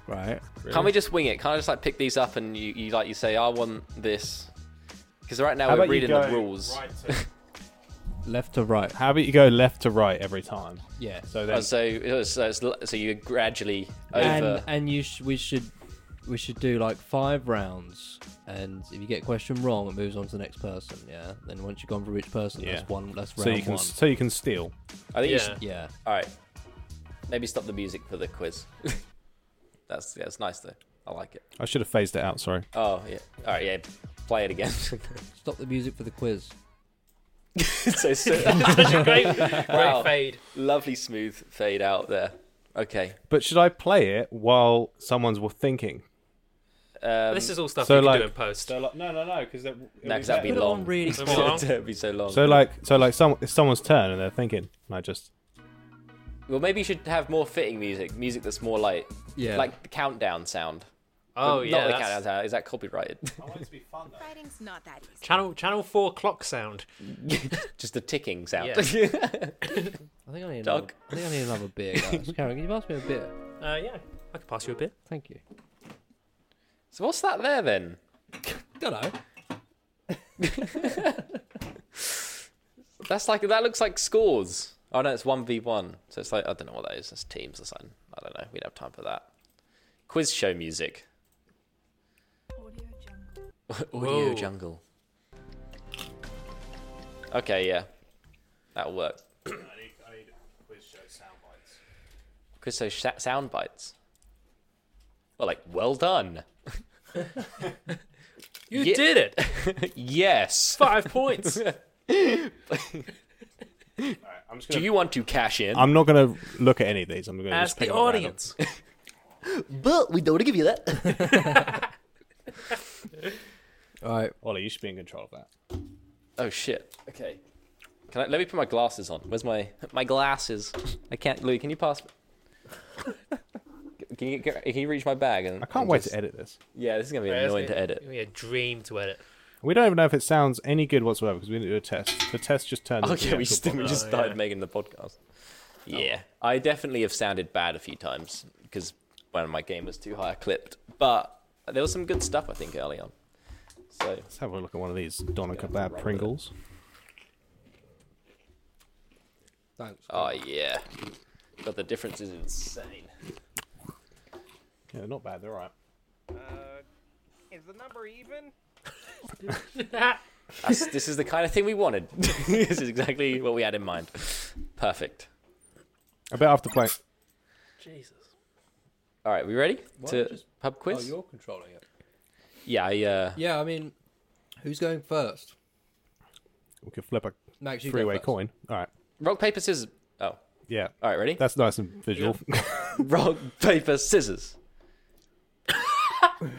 C: Right.
B: Can't we just wing it? Can't I just like pick these up and you, you like you say I want this? Because right now
A: How about
B: we're
A: you
B: reading the
A: go
B: rules.
C: Left to right.
A: How about you go left to right every time?
C: Yeah.
A: So
B: Oh,
A: then,
B: so so, it's, l- so you gradually
C: and
B: over.
C: and you sh- we should we should do like five rounds and if you get a question wrong it moves on to the next person yeah then once you've gone through each person
A: Yeah.
C: that's one that's round
A: so you can
C: one
A: so you can steal.
B: I think you should
D: Yeah.
C: yeah
B: All right. Maybe stop the music for the quiz. that's yeah, it's nice though. I like it.
A: I should have phased it out. Sorry.
B: Oh yeah. All right. Yeah. Play it again.
C: stop the music for the quiz
B: so, so
D: great, great
B: Wow.
D: fade.
B: lovely smooth fade out there. Okay.
A: But should I play it while someone's were thinking?
B: Um,
D: this is all stuff
A: so
D: we can
A: like-
D: do in post.
A: like, no, no, no, because that
B: No, 'cause that'd be
C: Put it
B: long.
C: on really
D: Move
C: fast.
D: on.
B: It'd be so long.
A: So like, so like, some it's someone's turn and they're thinking, and I just
B: well, maybe you should have more fitting music. Music that's more like
C: yeah
B: like the countdown sound.
D: Oh
B: Not the
D: yeah. that's-
B: countdown sound. Is that copyrighted?
A: I want it to be fun though.
E: Writing's not that easy.
D: Channel Channel Four clock sound.
B: Just the ticking sound.
C: i think i need another,
B: Doug.
C: i think i need another beer guys karen can you pass me a beer
D: Uh, yeah. I could pass you a bit.
C: thank you
B: so what's that there then?
C: don't know
B: That's like that looks like scores. Oh no, it's one v one. So it's like I don't know what that is. It's teams or something. I don't know. We don't have time for that. Quiz show music. Audio
D: Whoa.
B: jungle. Okay, yeah, that'll work.
A: I need, I need quiz show sound bites.
B: Quiz show sh- sound bites. Well, like well done.
D: You
B: Yeah.
D: did it.
B: yes.
D: Five points.
A: Alright, I'm just
B: Do
A: gonna.
B: you want to cash in?
A: I'm not gonna look at any of these. I'm gonna
D: As
A: just pick
D: the
A: up random.
D: audience.
B: but we don't want to give you that.
C: all right
A: Ollie, you should be in control of that.
B: oh shit. Okay. Can I, let me put my glasses on. Where's my my glasses? I can't. Louis, can you pass? Can you, can you reach my bag? And
A: I can't
B: and
A: wait
B: just-
A: to edit this.
B: Yeah, this is gonna be annoying to edit.
D: It'd be a dream to edit.
A: We don't even know if it sounds any good whatsoever because we didn't do a test. The test just turned.
B: Oh
A: into
B: yeah,
A: the
B: we,
A: actual
B: st- we
A: podcast.
B: just
D: Oh,
B: started
D: yeah. Oh.
B: making the podcast. Yeah, I definitely have sounded bad a few times because when my game was too high, I clipped. But there was some good stuff I think early on. So
A: Let's have a look at one of these doner
B: Yeah,
A: kebab
B: right
A: Pringles.
C: thanks
B: oh yeah, but the difference is insane.
A: Yeah, they're not bad. They're all right.
F: Uh, Is the number even?
B: That's, this is the kind of thing we wanted. this is exactly what we had in mind. Perfect.
A: I bet after playing.
D: Jesus.
B: All right, we ready
C: Why
B: to
C: don't you just-
B: pub
C: oh
B: quiz?
C: you're controlling it
B: Yeah, I, uh,
C: Yeah, I mean, who's going first?
A: We could flip a
C: Max, you go
A: three-way
C: first.
A: coin. All right.
B: rock paper scissors. Oh,
A: Yeah.
B: all right, ready?
A: That's nice and visual.
B: rock paper scissors.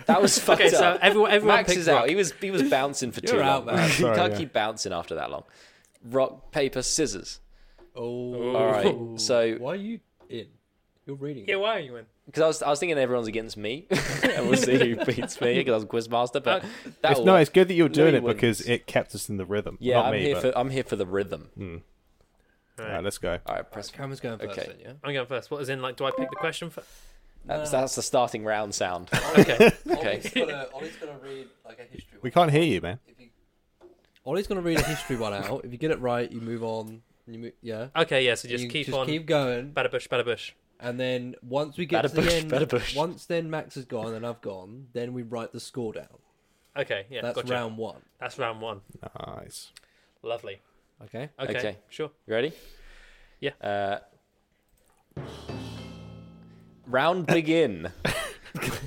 B: that was fucked
D: Okay, so
B: up.
D: everyone, everyone
B: Max
D: picked
B: is out.
D: rock.
B: He was he was bouncing for too
C: You're
B: long.
C: out, man.
B: He
A: Sorry,
B: can't
A: yeah.
B: keep bouncing after that long. Rock paper scissors.
C: Oh,
B: All right, so-
C: why are you in? You're reading.
D: Yeah, why are you in?
B: Because I was, I was thinking everyone's against me, and we'll see who beats me. Because I'm quizmaster, but
C: Uh,
B: that
A: it's, no, it's good that you're doing
B: Louis
A: it because
B: wins.
A: it kept us in the rhythm.
B: yeah,
A: Not
B: I'm
A: me,
B: here
A: but...
B: for I'm here for the rhythm.
A: All right, let's go.
B: All right, press.
C: Cameron's going first.
B: Okay.
C: Then, yeah.
D: I'm going first. What is in? Like, do I pick the question? For...
B: That's, that's the starting round sound.
D: Okay.
B: Okay.
C: Ollie's gonna, Ollie's gonna read like a history.
A: We can't hear you, man.
C: If you... Ollie's gonna read a history one out. If you get it right, you move on. You move, yeah.
D: okay. Yeah. So just
C: you
D: keep
C: just
D: on.
C: keep going,
D: Bada bush, bada bush.
C: and then once we get
B: Bada
C: to
B: bush,
C: the end,
B: bada bush.
C: once then Max is gone and I've gone, then we write the score down.
D: Okay. Yeah.
C: That's
D: gotcha.
C: round one.
D: That's round one.
A: Nice.
D: Lovely.
C: Okay.
D: Okay.
B: Okay.
D: Sure.
B: You ready?
D: Yeah.
B: Uh, round begin.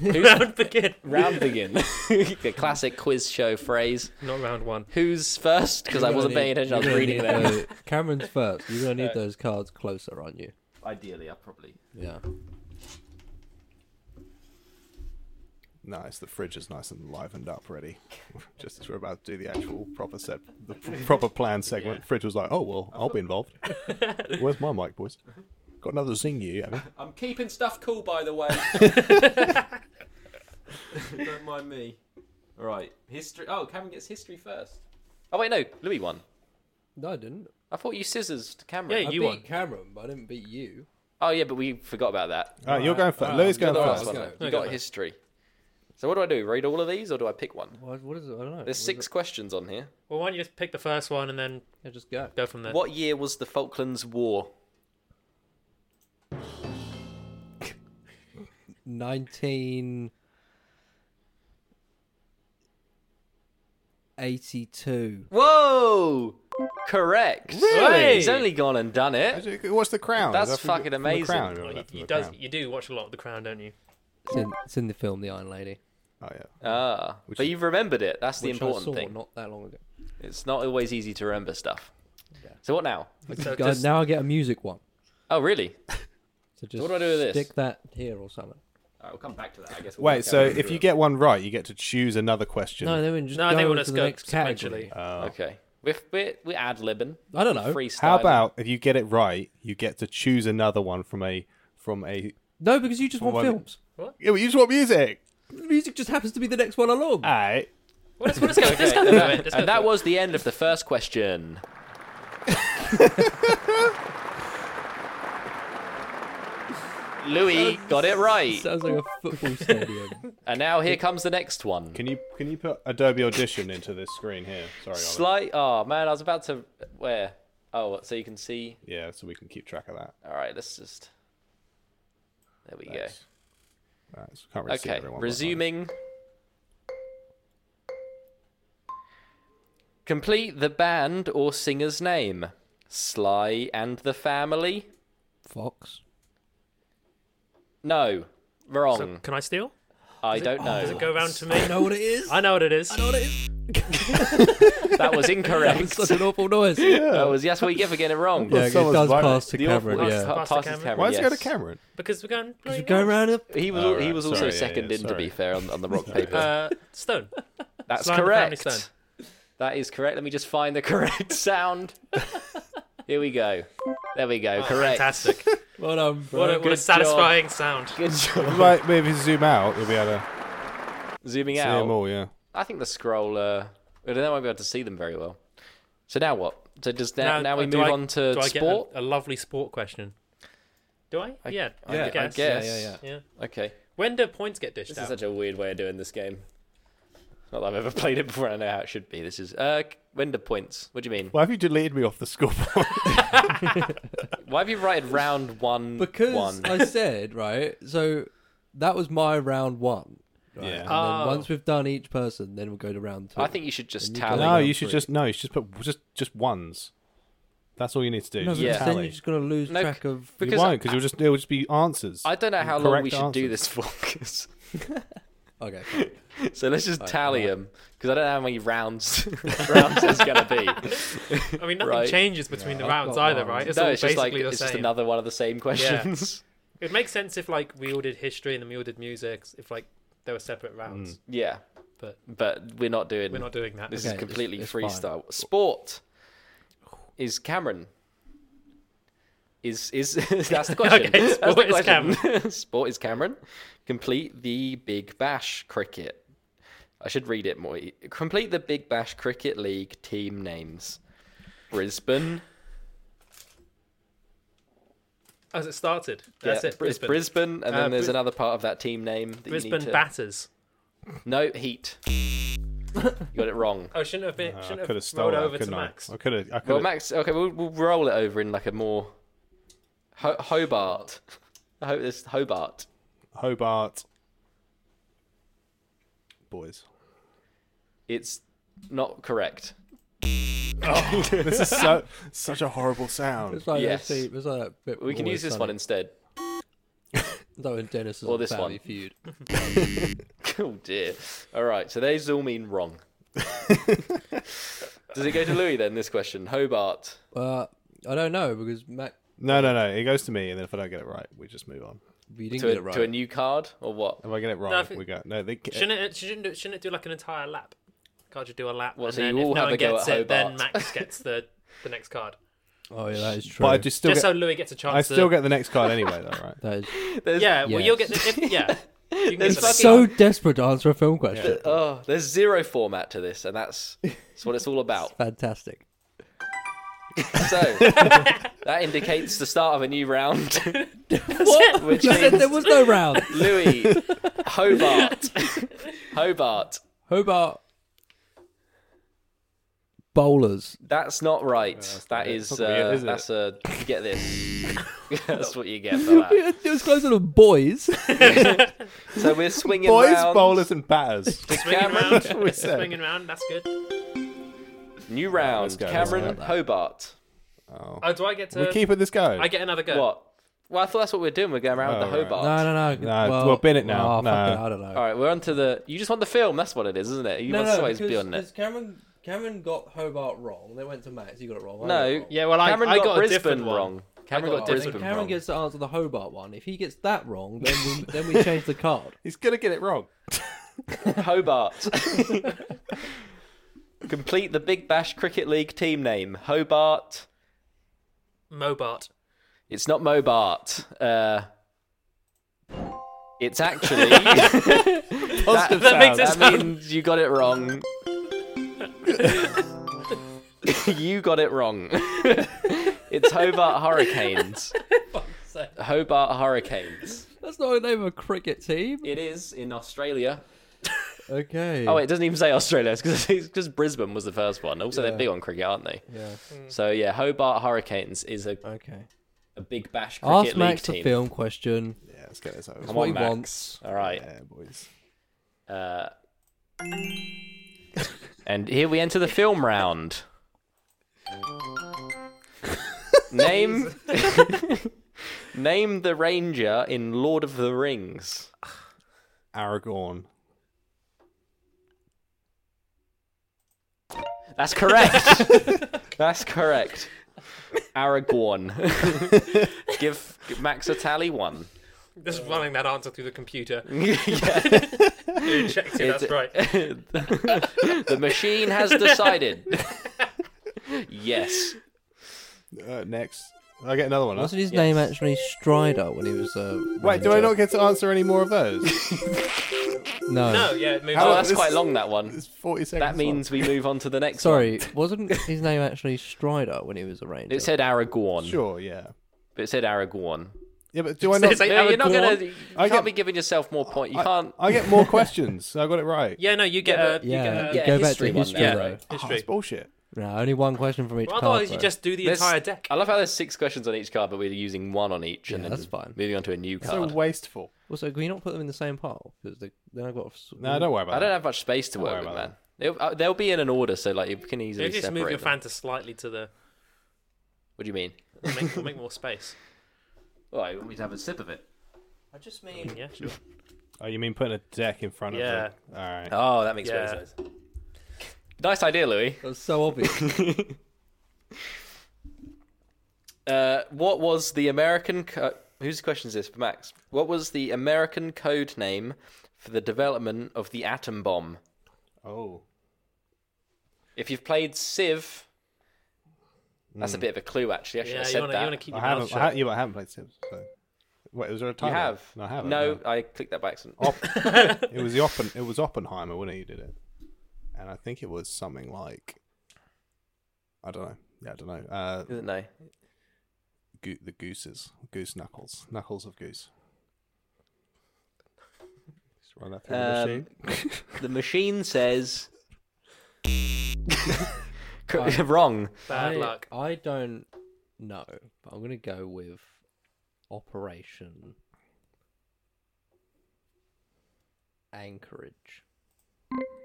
B: Who's,
D: Round begin.
B: round begin. the classic quiz show phrase.
D: Not round one.
B: Who's first? Because I wasn't paying attention. I was reading them.
C: them. Cameron's first. You're gonna need those cards closer, aren't you?
B: Ideally, I probably.
C: Yeah.
A: Nice. The fridge is nice and livened up, ready. Just as we're about to do the actual proper set, the proper plan segment, fridge was like, "Oh well, I'll be involved." Where's my mic, boys? Got another zing you? Have you?
B: I'm keeping stuff cool, by the way. Don't mind me. All right, history. Oh, Cameron gets history first. Oh wait, no, Louis won.
C: No, I didn't.
B: I thought you scissors to Cameron.
D: Yeah,
C: I
D: you
C: beat
D: won.
C: Cameron, but I didn't beat you.
B: Oh yeah, but we forgot about that.
A: All right, you're going
B: Oh,
A: first. Louis going
C: All right,
A: first.
C: let's go.
B: You got history. So what do I do? Read all of these, or do I pick one?
C: What, what is it? I don't know.
B: There's six questions on here.
D: Well, why don't you just pick the first one and then
C: Yeah, just go.
D: go from there?
B: What year was the Falklands War?
C: 1982.
B: Whoa! Correct.
D: Really?
B: He's only gone and done it.
A: Actually, What's the crown?
B: That's
A: Is that from-
B: fucking
A: from the
B: amazing.
A: Crown? Remember
D: Well, you,
A: that from
D: you
A: the
D: does.
A: Crown?
D: You do watch a lot of The Crown, don't you?
C: It's in, it's in the film The Iron Lady.
A: Oh yeah.
B: Ah, but you've remembered it. That's the
C: which I
B: important
C: saw
B: thing.
C: Not that long ago.
B: It's not always easy to remember stuff. So what now?
D: So
C: Go-
D: just-
C: Now I get a music one.
B: Oh really?
C: So just
B: what do I do with this?
C: stick that here or something.
B: All right, we'll come back to that. I guess.
A: Wait, so if you get one right, you get to choose another question.
C: No, they would just
D: No,
C: go
D: they want
C: to
D: us
C: the
D: go
C: next category.
D: sequentially.
C: Uh,
A: Uh,
B: Oh, okay, we're we're, we're ad libbing.
C: I don't know.
B: Freestyle.
A: How about if you get it right, you get to choose another one from a from a.
C: No, because you just want
A: Well,
C: films.
A: Yeah, but you just want music.
C: Music just happens to be the next one along.
A: All right.
D: Well, let's, well, let's go. Let's go
B: and
D: through it.
B: that,
D: Let's go
B: and that was the end of the first question. Louis got it right,
C: Sounds like a football stadium.
B: and now here comes the next one.
A: Can you can you put Adobe Audition into this screen here? Sorry, Ollie.
B: Slight. Oh man, I was about to. Where? Oh, so you can see.
A: yeah, so we can keep track of that.
B: All right, let's just. There we
A: Thanks. Alright, so can't really see
B: go. Okay,
A: everyone, but-
B: resuming. Complete the band or singer's name. Sly and the Family.
C: Fox.
B: No,
D: through it.
B: wrong.
D: Can I steal?
B: I don't
D: Does it
B: know.
D: go round to me?
C: You know what it is?
D: I know what it is.
C: know what it is.
B: That was incorrect.
C: Such an awful noise.
B: that was yes, we get for getting it wrong.
C: Yeah, it
A: someone's
C: does
A: like-
C: pass to
B: The awful-
C: Cameron,
D: Pass-
C: yeah.
B: passes
D: pass to Cameron.
B: Cameron,
A: Why does it go to
B: yes.
A: Cameron?
D: Because we're going.
C: You go around the...
B: He was
A: All
B: he
A: right,
B: was
A: sorry,
B: also
A: yeah, yeah,
B: seconded in to be
A: sorry.
B: fair on, on the rock paper.
D: Uh, Stone.
B: That's
D: Sly and the Family
B: correct.
D: Stone.
B: That is correct. Let me just find the correct sound. Here we go. There we go. correct.
D: Oh, Fantastic.
C: Well done, bro.
D: What a, what a
B: Good
D: satisfying sound.
B: Good job.
A: Like, maybe if you zoom out, you'll be able to
B: Zooming
A: see them
B: out.
A: all, yeah.
B: I think the scroll. Uh, I don't know. I won't be able to see them very well. So now what? So just now, now, we
D: uh, do
B: move
D: I-
B: on to
D: do I get a-
B: sport.
D: a, lovely sport question. Do I? yeah.
B: I
D: I guess.
B: guess.
C: Yeah, yeah,
D: Yeah.
B: Okay.
D: When do points get dished
B: This is
D: out?
B: such a weird way of doing this game. Not that I've ever played it before. I know how it should be. This is uh, when do points? What do you mean?
A: Why have you deleted me off the scoreboard?
B: Why have you rated round one?
C: Because
B: one.
C: I said, right, so that was my round one. Right?
A: Yeah.
C: And
D: Oh.
C: then once we've done each person, then we'll go to round two.
B: I think you should just
C: you can-
B: tally.
A: no,
C: Round
A: you should
C: three.
A: just no, you should just put just just ones. That's all you need to do.
C: No,
A: just
C: because
B: Yeah.
C: then
A: tally.
C: you're just going to lose
B: No,
C: track of...
A: You
B: because
A: won't, because it'll just it'll just be answers.
B: I don't know how long
A: Correct
B: we should do
A: answers.
B: this for. 'cause
C: Okay. fine.
B: So let's just tally them because I don't know how many rounds rounds it's gonna be.
D: I mean, nothing
B: Right.
D: changes between the
C: I've
D: rounds
C: got
D: either,
C: rounds.
D: right? It's
B: no,
D: all
B: it's just like
D: basically
B: it's
D: the
B: just
D: same.
B: another one of the same questions.
D: It makes sense if like we all did history and then we all did music. If like there were separate rounds,
B: Yeah,
D: but
B: but we're not doing.
D: we're not doing that.
B: Mm, This
C: Okay,
B: is
C: it's-
B: completely
C: it's fine.
B: freestyle. Sport is Cameron. Is is that's the question?
D: Okay,
B: That's
D: sport
B: the
D: is
B: Cameron. sport is Cameron. Complete the Big Bash cricket. I should read it more. Complete the Big Bash Cricket League team names. Brisbane.
D: As it started, that's
B: Yeah,
D: it.
B: It's
D: Brisbane.
B: Brisbane, and then
D: Uh,
B: there's
D: Bris-
B: another part of that team name. That you
D: Brisbane
B: need to...
D: batters.
B: No heat. you got it wrong.
D: Oh, shouldn't have been.
A: Uh, I
D: shouldn't
A: could have
D: have rolled
A: stolen
D: over
A: that,
D: to
A: couldn't I?
D: Max.
A: I could have. I could
B: Well,
A: have.
B: Max. Okay, we'll, we'll roll it over in like a more Ho- Hobart. Ho- this Hobart.
A: Hobart. Boys.
B: It's not correct.
A: This is so, such a horrible sound.
C: It's like
B: Yes.
C: yes. it's like that bit
B: We
C: from
B: can
C: Always
B: use this
C: Sunny.
B: one instead.
C: That was Dennis
B: or
C: or
B: this
C: this Family
B: one.
C: Feud.
B: Oh dear. All right. So these all mean wrong. Does it go to Louis then? This question, Hobart.
C: Uh, I don't know because Mac,
A: No, no, no. It goes to me, and then if I don't get it right, we just move on.
C: we didn't
B: To
C: get
B: a,
C: it right.
B: to a new card or what?
A: If I get it wrong,
D: No, if it-
A: we go. No, they,
D: Shouldn't it? Shouldn't it, shouldn't it do like an entire lap? Can't you do a lap?
B: Well,
D: and
B: so
D: then
B: you all
D: if no
B: have
D: one
B: a go
D: gets
B: at
D: it, then
B: Hobart.
D: Max gets the the next card.
C: oh yeah, that is true.
A: but I just still
D: Just
A: get.
D: so Louis gets a chance.
A: I still
D: to...
A: get the next card anyway, though, right?
C: That is
D: Yeah, well,
C: Yes.
D: you'll get the if, yeah. You can get
B: There's fucking-
D: the next
C: so desperate to answer a film question.
B: Oh, there's zero format to this, and that's that's what it's all about.
C: Fantastic.
B: So that indicates the start of a new round.
C: What?
B: Which
C: you said
B: means-
C: there was no round.
B: Louis Hobart. Hobart.
C: Hobart bowlers.
B: That's not right. that is,
A: not gonna
B: uh,
A: be it, is it?
B: that's a get this. that's what you get for that.
C: It was closer to boys.
B: So we're swinging
A: Boys,
B: rounds.
A: bowlers, and batters.
D: Swinging
B: Cameron.
D: round,
A: we said.
D: swinging round. That's good.
B: New round.
A: go, let's
B: Cameron
C: go.
B: Hobart.
D: Oh, do I get to?
A: We're keeping this going.
D: I get another go.
B: What? Well, I thought that's what we're doing. We're going around with
A: Oh,
B: the
A: right.
B: Hobart.
C: No, no, no.
A: Nah, well, bin it now.
C: Oh, fuck it,
A: Nah.
C: I don't know.
B: All right, we're on to the. You just want the film. That's what it is, isn't it? You must always be on it.
C: Cameron, Cameron got Hobart wrong. They went to Max. You got it wrong.
B: No.
D: Yeah, well, I-
B: Cameron
D: I
B: got,
D: got a
B: Brisbane
D: different one.
B: wrong. Cameron
D: I
B: got,
D: got a
B: Brisbane
D: different
C: Cameron
B: wrong.
C: gets to answer the Hobart one. If he gets that wrong, then we, then we change the card.
A: He's gonna get it wrong.
B: Hobart. Complete the Big Bash Cricket League team name. Hobart.
D: Mobart.
B: It's not Mobart. Uh, it's actually.
A: Positive
D: that makes
A: sound.
D: it-
B: that means you got it wrong. you got it wrong. it's Hobart Hurricanes. Hobart Hurricanes.
C: That's not a name of a cricket team.
B: It is in Australia.
C: Okay.
B: Oh, it doesn't even say Australia. It's because Brisbane was the first one. Also,
C: Yeah. Hmm.
B: they're big on cricket, aren't they?
C: Yeah.
B: So yeah, Hobart Hurricanes is a,
C: Okay.
B: a big bash cricket
C: Ask
B: league
C: Max the
B: team.
C: film question.
A: Yeah, let's get this over.
B: Come
A: with.
C: what
B: on,
C: he
B: Max.
C: wants.
B: All right.
A: Yeah, boys.
B: Uh, and here we enter the film round. name Name the ranger in Lord of the Rings.
A: Aragorn.
B: That's correct. That's correct. Aragorn. Give Max a tally one.
D: Just running that answer through the computer.
B: Yeah.
D: Who checked it? That's right.
B: the machine has decided. yes.
A: Uh, next, I get another one. Huh?
C: Wasn't his name actually Strider when he was uh,
A: Wait, do I not get to answer any more of those?
C: No.
D: No, yeah, it moves
A: How-
B: Oh,
D: on.
B: that's
A: this-
B: quite long. That one.
A: It's forty seconds.
B: That means we move on to the next. one.
C: Sorry, wasn't his name actually Strider when he was a ranger?
B: It said Aragorn.
A: long. sure. Yeah.
B: But it said Aragorn.
A: Yeah, but do I not?
D: It's like-
B: No, you're not gonna.
D: Aragorn?
B: You
A: I
B: can't
A: get-
B: be giving yourself more point. You
A: I,
B: can't.
A: I get more questions. so I got it right.
D: Yeah, no, you get a you
C: yeah,
D: get a,
B: get
C: go
B: a
C: back
B: history
C: to
B: one
C: history
B: now,
D: yeah,
C: though.
A: Oh, it's
D: history.
A: bullshit.
C: No, only one question from each
D: Well,
C: card.
D: otherwise you
C: though.
D: just do the
B: There's-
D: entire deck.
B: I love how there's six questions on each card, but we're using one on each, and
C: Yeah,
B: then
C: that's fine.
B: moving on to a new
A: So
B: card.
A: wasteful.
C: Also, can you not put them in the same pile? Because then I've got. a s-
D: Mm.
A: No, don't worry about
B: I don't
A: that.
B: have much space to work
A: worry
B: with,
A: about
B: man. They'll, uh, they'll be in an order, so like you can easily
D: Maybe just
B: separate.
D: move your
B: them.
D: Fanta slightly to the
B: What do you mean?
D: make, make more space.
B: Well, you want me to have a sip of it?
C: I just mean
D: Yeah, sure.
A: Oh, you mean putting a deck in front
D: Yeah.
A: of it? All right.
B: Oh, that makes
D: Yeah.
B: yeah. sense. Nice idea, Louis.
C: That was so obvious.
B: Uh, what was the American? Co- whose question is this for Max? What was the American code name for the development of the atom bomb?
A: Oh.
B: If you've played Civ, that's
A: Hmm.
B: a bit of a clue. Actually, I should
D: Yeah,
B: have
D: you
B: said
D: want to
B: that.
D: you want to keep
A: I
D: your mouth
A: haven't. I
D: shut.
A: ha- yeah, but I haven't played Sims. So. Wait, was there a
B: You
A: time? limit?
B: have.
A: No, Oh. I haven't.
B: No, I clicked that by accident.
A: no. It was the Oppen- It was Oppenheimer, wasn't it? You did it, and I think it was something like. I don't know. Yeah, I don't know. Uh,
B: no.
A: go- the gooses, goose knuckles, knuckles of goose. Just run that through the
B: Um,
A: machine.
B: The machine says.
A: Uh.
B: Wrong.
D: Bad
C: I,
D: luck.
C: I don't know, but I'm gonna go with Operation Anchorage.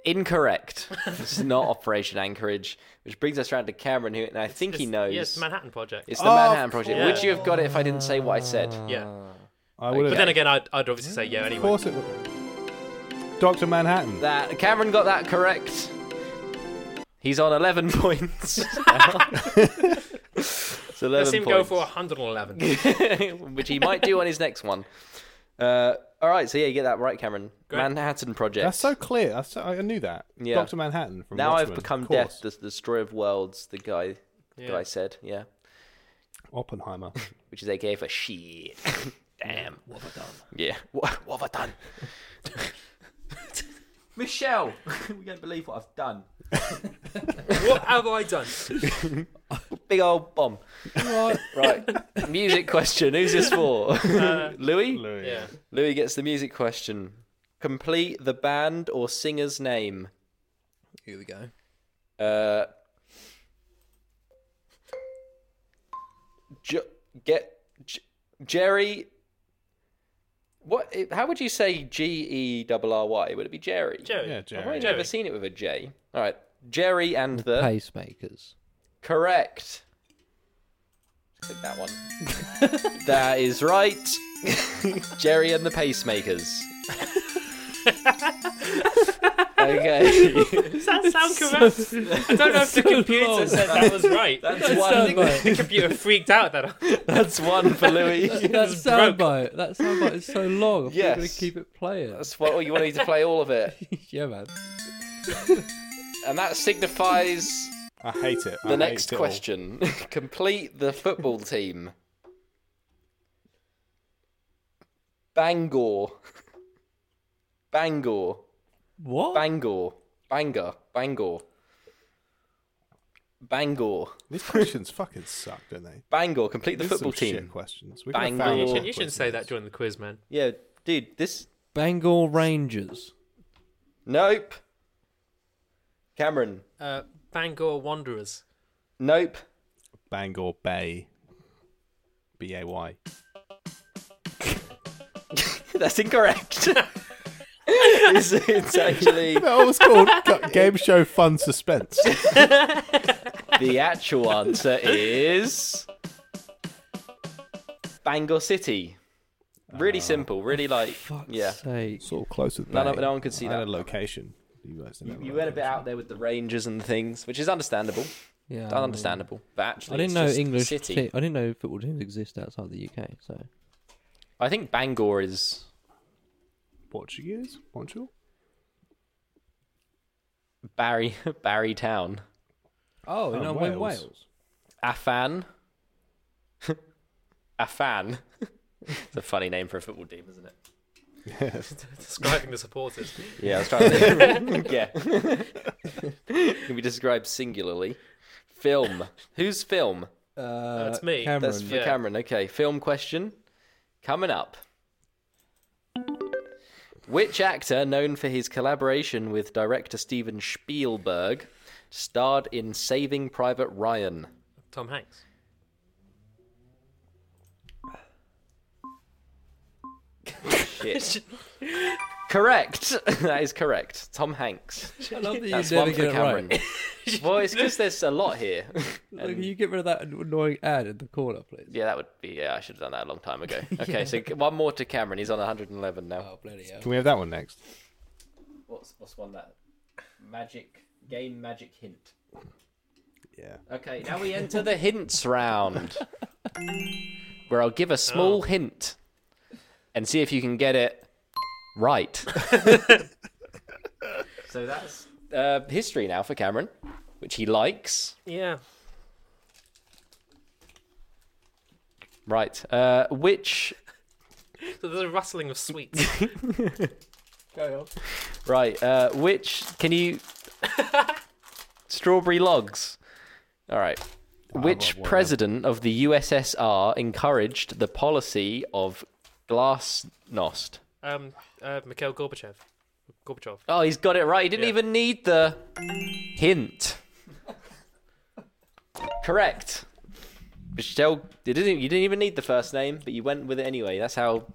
B: Incorrect. this is not Operation Anchorage, which brings us round to Cameron, who and I think he
D: It's-
B: knows.
D: Yeah, it's the Manhattan Project.
B: It's uh, the
A: Of
B: Manhattan Project.
D: course.
B: Would you have got it if I didn't say what I said?
D: yeah.
A: I would
D: But
A: have.
D: then again, I'd, I'd obviously say yeah
A: of
D: anyway.
A: course it would. Doctor Manhattan.
B: That Cameron got that correct. He's on eleven points. it's eleven
D: Let's see him go
B: points,
D: for 111.
B: which he might do on his next one. Uh, all right, so yeah, you get that right, Cameron.
D: Great.
B: Manhattan Project.
A: That's so clear. That's so, I knew that.
B: Yeah.
A: Doctor Manhattan. From
B: now I've
A: Watchmen,
B: become
A: of course.
B: death, the, the destroyer of worlds. The guy, the
D: Yeah.
B: guy said, yeah,
A: Oppenheimer.
B: which is AKA for she. Damn.
C: What have I done?
B: Yeah. What, what have I done? Michelle, we don't believe what I've done.
D: what have I done?
B: Big old bomb.
C: What?
B: Right. music question. Who's this for?
C: Uh,
B: Louis?
A: Louis.
D: Yeah.
B: Louis gets the music question. Complete the band or singer's name.
C: Here we go.
B: Uh, J- get J- Jerry. What? How would you say G E R R Y? Would it be Jerry?
D: Jerry.
A: Yeah, Jerry.
B: I've only
D: Jerry.
B: never seen it with a J. All right, Jerry and the
C: Pacemakers.
B: correct. Click that one. that is right. Jerry and the pacemakers. okay,
D: Does that sound correct? I don't know if the
C: so
D: computer
C: long.
D: said that was right.
B: that's
C: That
B: one.
D: the
C: soundbite.
D: computer freaked out at that.
B: That's one for Louis.
C: That
D: It's
C: soundbite. That soundbite is so long. I'm yes. gonna
B: Yes.
C: keep it playing.
B: That's what oh, you wanted to play all of it,
C: yeah, man.
B: and that signifies
A: I hate it. I
B: the
A: hate
B: next
A: it all.
B: question. Complete the football team. Bangor. Bangor.
C: What?
B: Bangor. Bangor. Bangor. Bangor.
A: These questions fucking suck, don't they?
B: Bangor. Complete the
A: These are
B: football
A: some
B: team.
A: Shit questions. We
B: Bangor.
D: You,
B: Oh,
D: shouldn't- you shouldn't say that during the quiz, man.
B: Yeah, dude, this.
C: Bengal Rangers.
B: Nope. Cameron.
D: Uh, Bangor Wanderers.
B: Nope.
A: Bangor Bay. B A Y.
B: That's incorrect. it's, it's actually
A: That Oh, was called Gu- Game Show Fun Suspense.
B: the actual answer is Bangor City. Really simple. Really like
C: Ah. Fuck's
B: yeah.
C: sake.
A: sort of close with
B: No, no-
A: Bay.
B: no one could see
A: I had
B: that.
A: a location. You guys didn't have
B: You went a bit out there with the Rangers and things, which is understandable.
C: Yeah. I mean,
B: Understandable. But actually,
C: Um, I didn't
B: it's
C: know
B: just
C: English.
B: City.
C: Te- I didn't know football teams exist outside the UK. So
B: I think Bangor is
A: Portuguese? Portugal?
B: Barry Barry Town.
C: oh,
A: Oh,
C: no,
A: Wales.
C: Wales. Wales.
B: Afan. Afan. it's a funny name for a football team, isn't it?
D: Describing the supporters.
B: Yeah, I was trying to think. yeah. Can be described singularly. Film. Whose film?
C: Uh,
D: That's me.
C: Cameron.
B: That's for
D: Yeah.
B: Cameron. Okay, film question. Coming up. Which actor, known for his collaboration with director Steven Spielberg, starred in Saving Private Ryan?
D: Tom Hanks.
B: Shit. correct. that is correct. Tom Hanks.
C: I love that you
B: That's
C: never
B: one for
C: get it right.
B: Cameron. well, it's because there's a lot here.
C: Look, you get rid of that annoying ad in the corner, please?
B: Yeah, that would be. Yeah, I should have done that a long time ago. Okay, so g- one more to Cameron. He's on 111 now.
C: Oh, bloody hell.
A: Can we have that one next?
E: Uh, What's what's one that magic game magic hint?
A: Yeah.
E: Okay, now we
B: To
E: enter the
B: the hints round, where I'll give a
E: Oh.
B: small hint and see if you can get it right.
E: so that's
B: uh, history now for Cameron, which he likes.
D: Yeah.
B: Right. Uh, which
D: So there's a rustling of sweets.
B: right? Uh, which can you? Strawberry logs. All right. Which
A: well, yeah.
B: president of the USSR encouraged the policy of glasnost?
D: um, uh, Mikhail Gorbachev. Gorbachev.
B: Oh, he's got it right. He didn't
D: Yeah.
B: even need the hint. Correct. Michelle, you didn't, you didn't even need the first name, but you went with it anyway. That's how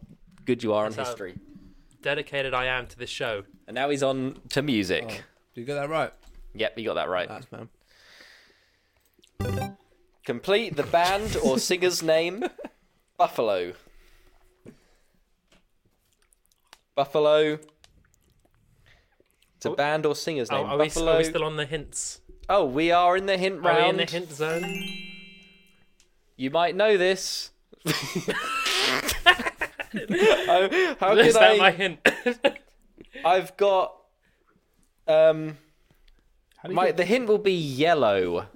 B: good you are on
D: That's how-
B: history.
D: Dedicated I am to this show.
B: And now he's on to music.
C: Oh, you get that right?
B: Yep, you got that right.
C: That's man.
B: Complete the band or singer's name Buffalo. Buffalo. It's a
D: Oh.
B: band or singer's
D: Oh,
B: name.
D: are, we,
B: Buffalo.
D: are we still on the hints?
B: Oh, we are in the hint
D: Are
B: round.
D: we in the hint zone?
B: You might know this. how how
D: Is
B: could
D: that
B: I?
D: my hint?
B: I've got. Um,
A: How do you
B: my
A: get-
B: the hint will be yellow,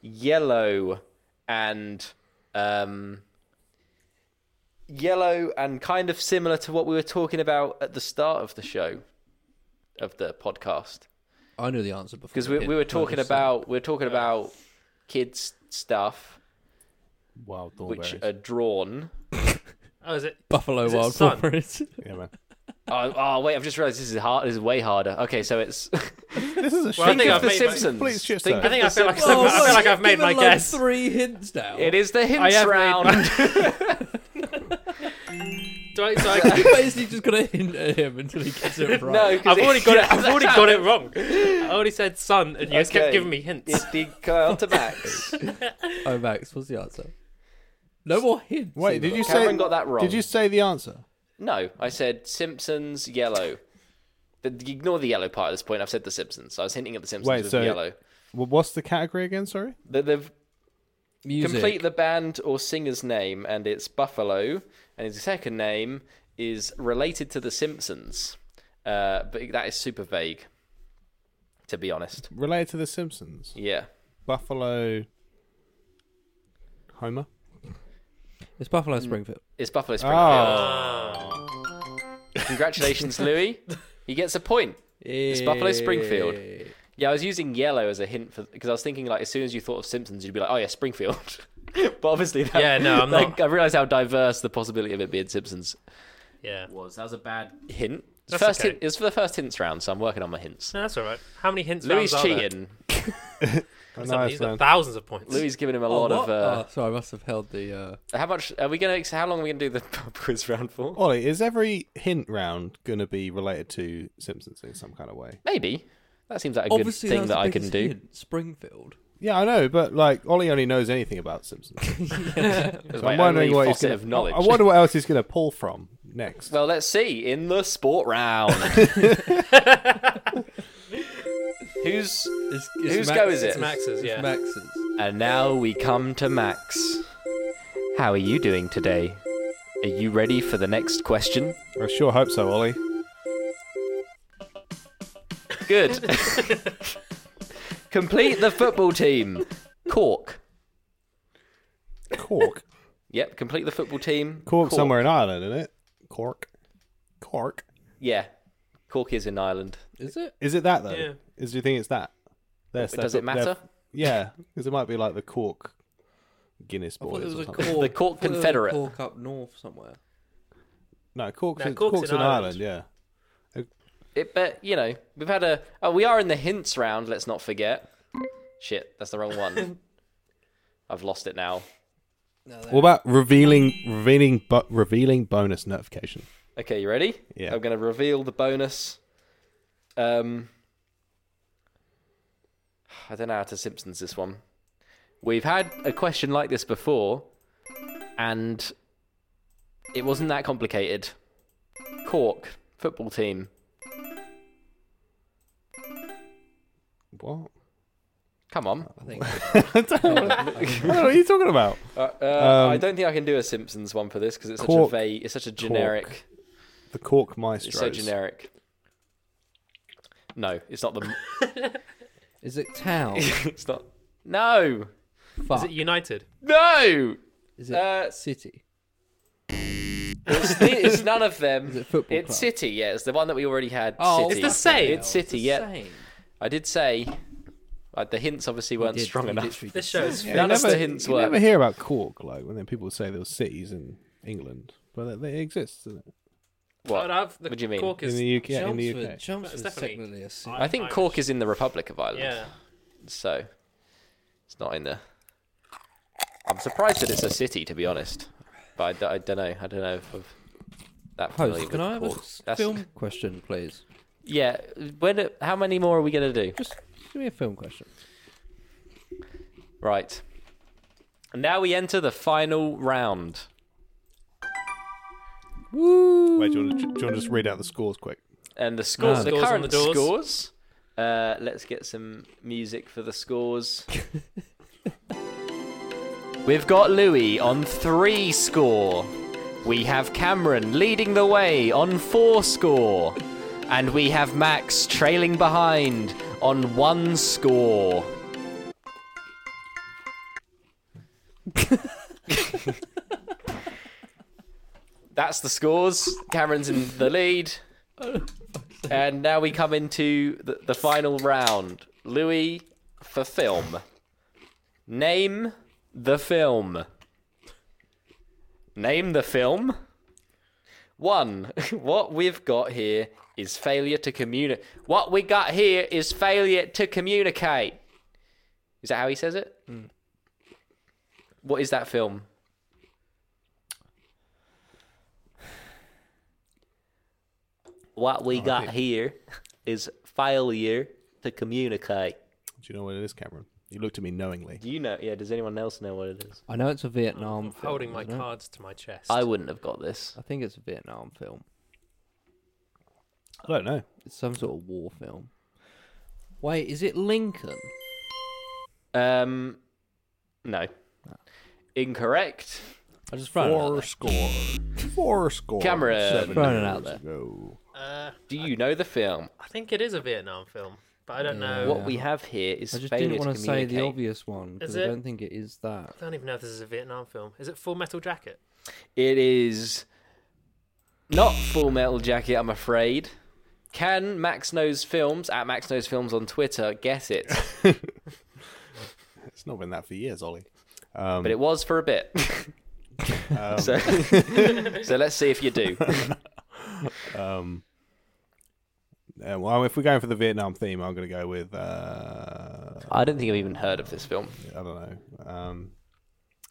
B: yellow, and um, yellow, and kind of similar to what we were talking about at the start of the show, of the podcast,
C: I knew the answer before.
B: because
C: the
B: we
C: hint,
B: we were talking
C: 100%.
B: about we were talking about kids stuff
A: wild
B: which uh,
A: thornberries?
B: are drawn.
D: Oh, is it?
C: Buffalo
D: Is it
C: Wild
D: sun?
C: Thornberries.
A: Yeah, man.
B: Oh, oh wait, I've just realised this is hard. This is way harder. Okay, so it's
A: This is a
D: Well, I
A: shit
D: think
A: show.
D: I've
B: The
D: made my-
B: Simpsons.
A: Please just
B: Think
A: say.
D: I think I feel like,
B: Whoa,
D: I feel like I've made
C: Given,
D: my
C: like,
D: guess.
C: Three hints now.
B: it is the
D: I
B: hints
D: have
B: round.
D: made Do I, do I,
C: you basically just gotta hint at him until he gets it right.
B: No, 'cause
D: I've already got it. I've
B: yeah,
D: already got it wrong. I already said sun, and you just
B: Okay.
D: kept giving me hints.
B: It's the go on to Max.
C: Oh, Max, what's the answer? No more hints.
A: Wait, did
C: either.
A: you say
B: Cameron got that wrong.
A: Did you say the answer?
B: No, I said Simpsons yellow. The, ignore the yellow part at this point. I've said the Simpsons. So I was hinting at the Simpsons
A: Wait,
B: with
A: so-
B: yellow.
A: Well, what's the category again? Sorry.
B: The, the
C: Music.
B: complete the band or singer's name, and it's Buffalo, and his second name is related to the Simpsons, uh, but that is super vague. To be honest,
A: Related to the Simpsons.
B: yeah.
A: Buffalo. Homer.
C: It's Buffalo
B: Mm.
C: Springfield.
B: It's Buffalo Springfield.
A: Oh,
D: Ah.
B: Congratulations, Louis. He gets a point.
C: It's
B: Buffalo Springfield. Yeah, I was using yellow as a hint for because I was thinking like as soon as you thought of Simpsons, you'd be like, oh yeah, Springfield. but obviously, that,
D: Yeah, no, I'm
B: like,
D: not.
B: I realised how diverse the possibility of it being Simpsons
D: Yeah, no,
E: was that was a bad
B: hint. It's
D: That's
B: first
D: okay.
B: hint, it was for the first hints round, so I'm working on my hints.
D: that's all right. How many hints?
B: Louis
D: rounds Are there?
B: cheating.
A: a
D: Some-
A: nice
D: He's got
A: man.
D: thousands of points.
B: Louis giving him a lot of. Uh,
C: oh, sorry, I must have held the. Uh...
B: How much are we gonna? How long are we gonna do the pub quiz round for?
A: Ollie, is every hint round going to be related to Simpsons in some kind of way?
B: Maybe that seems like a
C: Obviously,
B: good
C: that's
B: thing
C: the
B: that I can
C: biggest
B: do.
C: hint, Springfield.
A: Yeah, I know, but like Ollie only knows anything about Simpsons.
B: It was
A: So
B: my
A: I'm wondering
B: only
A: what he's
B: faucet
A: gonna,
B: of knowledge.
A: I wonder what else he's going to pull from next.
B: Well, let's see in the sport round. Who's
C: It's, it's
B: Whose
C: Max-
B: go is it?
D: It's Max's, yeah.
C: It's Max's.
B: And now we come to Max. How are you doing today? Are you ready for the next question?
A: I sure hope so, Ollie.
B: Good. Complete the football team. Cork.
A: Cork.
B: Yep, complete the football team.
A: Cork somewhere in Ireland, isn't it? Cork. Cork.
B: Yeah. Cork is in Ireland.
C: Is it?
A: Is it that though?
D: Yeah.
A: Is do you think it's that? They're-
B: Does
A: they're-
B: it matter?
A: Yeah, because it might be like the Cork Guinness
C: I thought
A: Boys.
C: there was
A: or
C: a
A: something.
C: Cork.
B: The Cork
C: I thought there was a
B: Confederate.
C: Cork up north somewhere.
A: No, Cork's,
D: No,
A: in,
D: Cork's
A: Cork's,
D: in
A: in Ireland.
D: Ireland.
A: Yeah.
B: It, but, you know, we've had a. Oh, we are in the hints round, let's not forget. Shit, that's the wrong one. I've lost it now.
A: What about revealing, revealing, but revealing bonus notification?
B: Okay, you ready?
A: Yeah.
B: I'm going to reveal the bonus. Um, I don't know how to Simpsons this one. We've had a question like this before, and it wasn't that complicated. Cork football team.
A: What?
B: Come on.
C: I think.
A: I don't know what- I don't know what are you talking about.
B: Uh, uh,
A: Um,
B: I don't think I can do a Simpsons one for this because it's such
A: Cork,
B: a vague, it's such a generic,
A: The Cork Maestros.
B: it's so generic. No, it's not the.
C: Is it town?
B: it's not. No,
C: Fuck.
D: Is it United?
B: no.
C: Is it
B: uh,
C: city?
B: It's, the- it's none of them.
C: Is it football
B: It's
C: club?
B: City, yeah. It's the one that we already had.
C: Oh,
B: City.
D: It's the same.
B: It's City,
C: It's the
B: yeah.
C: same.
B: I did say like, the hints obviously weren't
C: Did-
B: strong
C: you
B: enough.
C: literally
D: This show
C: just-
D: is
A: Yeah,
B: None
A: you
B: of the
A: never,
B: hints
A: you
B: work.
A: never hear about Cork, like when then people say there were cities in England, but they, they exist. Isn't it?
D: But
B: What?
D: I've, the
B: What do you mean?
D: Cork is,
A: In the UK, in the
C: Chelmsford-
A: UK.
C: Chelmsford's
D: That's definitely-
C: technically a city.
B: I think Cork is in the Republic of Ireland.
D: Yeah.
B: So it's not in the. I'm surprised that it's a city, to be honest. But I, don't know. I don't know if I've that familiar
C: Host,
B: with
C: can I have a
B: Cork. That's-
C: film question, please?
B: Yeah. When? How many more are we gonna do?
C: Just give me a film question.
B: Right. And now we enter the final round.
A: Wait, do you, want to, do you want to just read out the scores quick?
B: And the scores, Ah, the
C: No.
D: Scores on
B: current
D: the doors.
B: scores. Uh, let's get some music for the scores. We've got Louis on three score. We have Cameron leading the way on four score. And we have Max trailing behind on one score. That's the scores. Cameron's in the lead. And now we come into the, the final round. Louis for film. Name the film. Name the film. One. What we've got here is failure to communicate. What we got here is failure to communicate. Is that how he says it? What is that film? What we got here is failure to communicate.
A: Do you know what it is, Cameron? You looked at me knowingly.
B: Do you know? Yeah, does anyone else know what it is?
C: I know it's a Vietnam film.
D: holding my
C: isn't it?
D: cards to my chest.
B: I wouldn't have got this.
C: I think it's a Vietnam film.
A: I don't know.
C: It's some sort of war film. Wait, is it Lincoln?
B: Um, no. Incorrect.
C: I just thrown it out
A: Four
C: there.
A: score. Four score.
B: Cameron.
A: Seven
C: Throwing it
A: years
C: out there.
A: ago.
D: uh,
B: Do you know the film?
D: I think it is a Vietnam film, but I don't know.
B: What we have here is
C: Oh, I just
B: failure
C: didn't want
B: to
C: to say the
B: communicate.
C: obvious one because
D: Is
C: I
D: it?
C: don't think it is that.
D: I don't even know if this is a Vietnam film. Is it Full Metal Jacket?
B: It is not Full Metal Jacket, I'm afraid. Can Max Knows Films at Max Knows Films on Twitter get it?
A: It's not been that for years, Ollie.
C: Um.
B: But it was for a bit. so, so let's see if you do.
A: Uh, well, if we're going for the Vietnam theme, I'm going to go with uh,
B: I don't think I've even heard of this film.
A: I don't know. Um,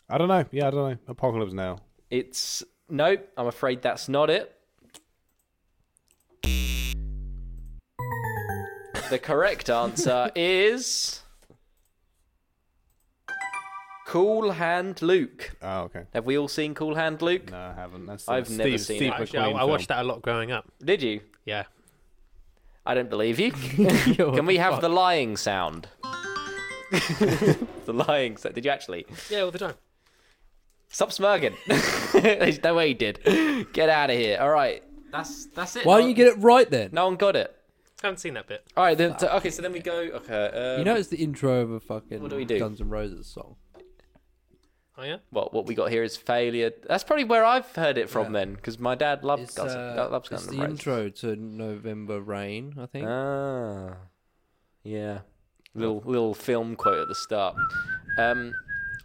A: I don't know. Yeah, I don't know. Apocalypse Now.
B: It's nope. I'm afraid that's not it. The correct answer is Cool Hand Luke.
A: Oh, okay.
B: Have we all seen Cool Hand Luke?
A: No, I haven't. That's
B: I've
A: Steve,
B: never seen
A: Steve
B: it.
A: McQueen
D: Actually, I, I watched
A: film.
D: that a lot growing up.
B: Did you?
D: Yeah.
B: I don't believe you.
C: Yo, what
B: Can we
C: the
B: have
C: fuck?
B: the lying sound? the lying sound. Did you actually?
D: Yeah, all the time.
B: Stop smirking. There's no way you did. Get out of here. All right. That's that's it.
C: Why
B: No-
C: don't you get it right then?
B: No one got it.
D: Haven't seen that bit.
B: All right, then. so- okay, so then we go. Okay, um,
C: You know it's the intro of a fucking
B: do we do?
C: Guns N' Roses song.
D: Oh yeah.
B: what what we got here is failure. That's probably where I've heard it from then, because my dad loved
C: It's,
B: Guns.
C: uh,
B: loves
C: it's
B: Guns
C: the
B: N' Roses.
C: intro to November Rain, I think.
B: Ah, yeah.
C: Oh.
B: Little little film quote at the start. Um,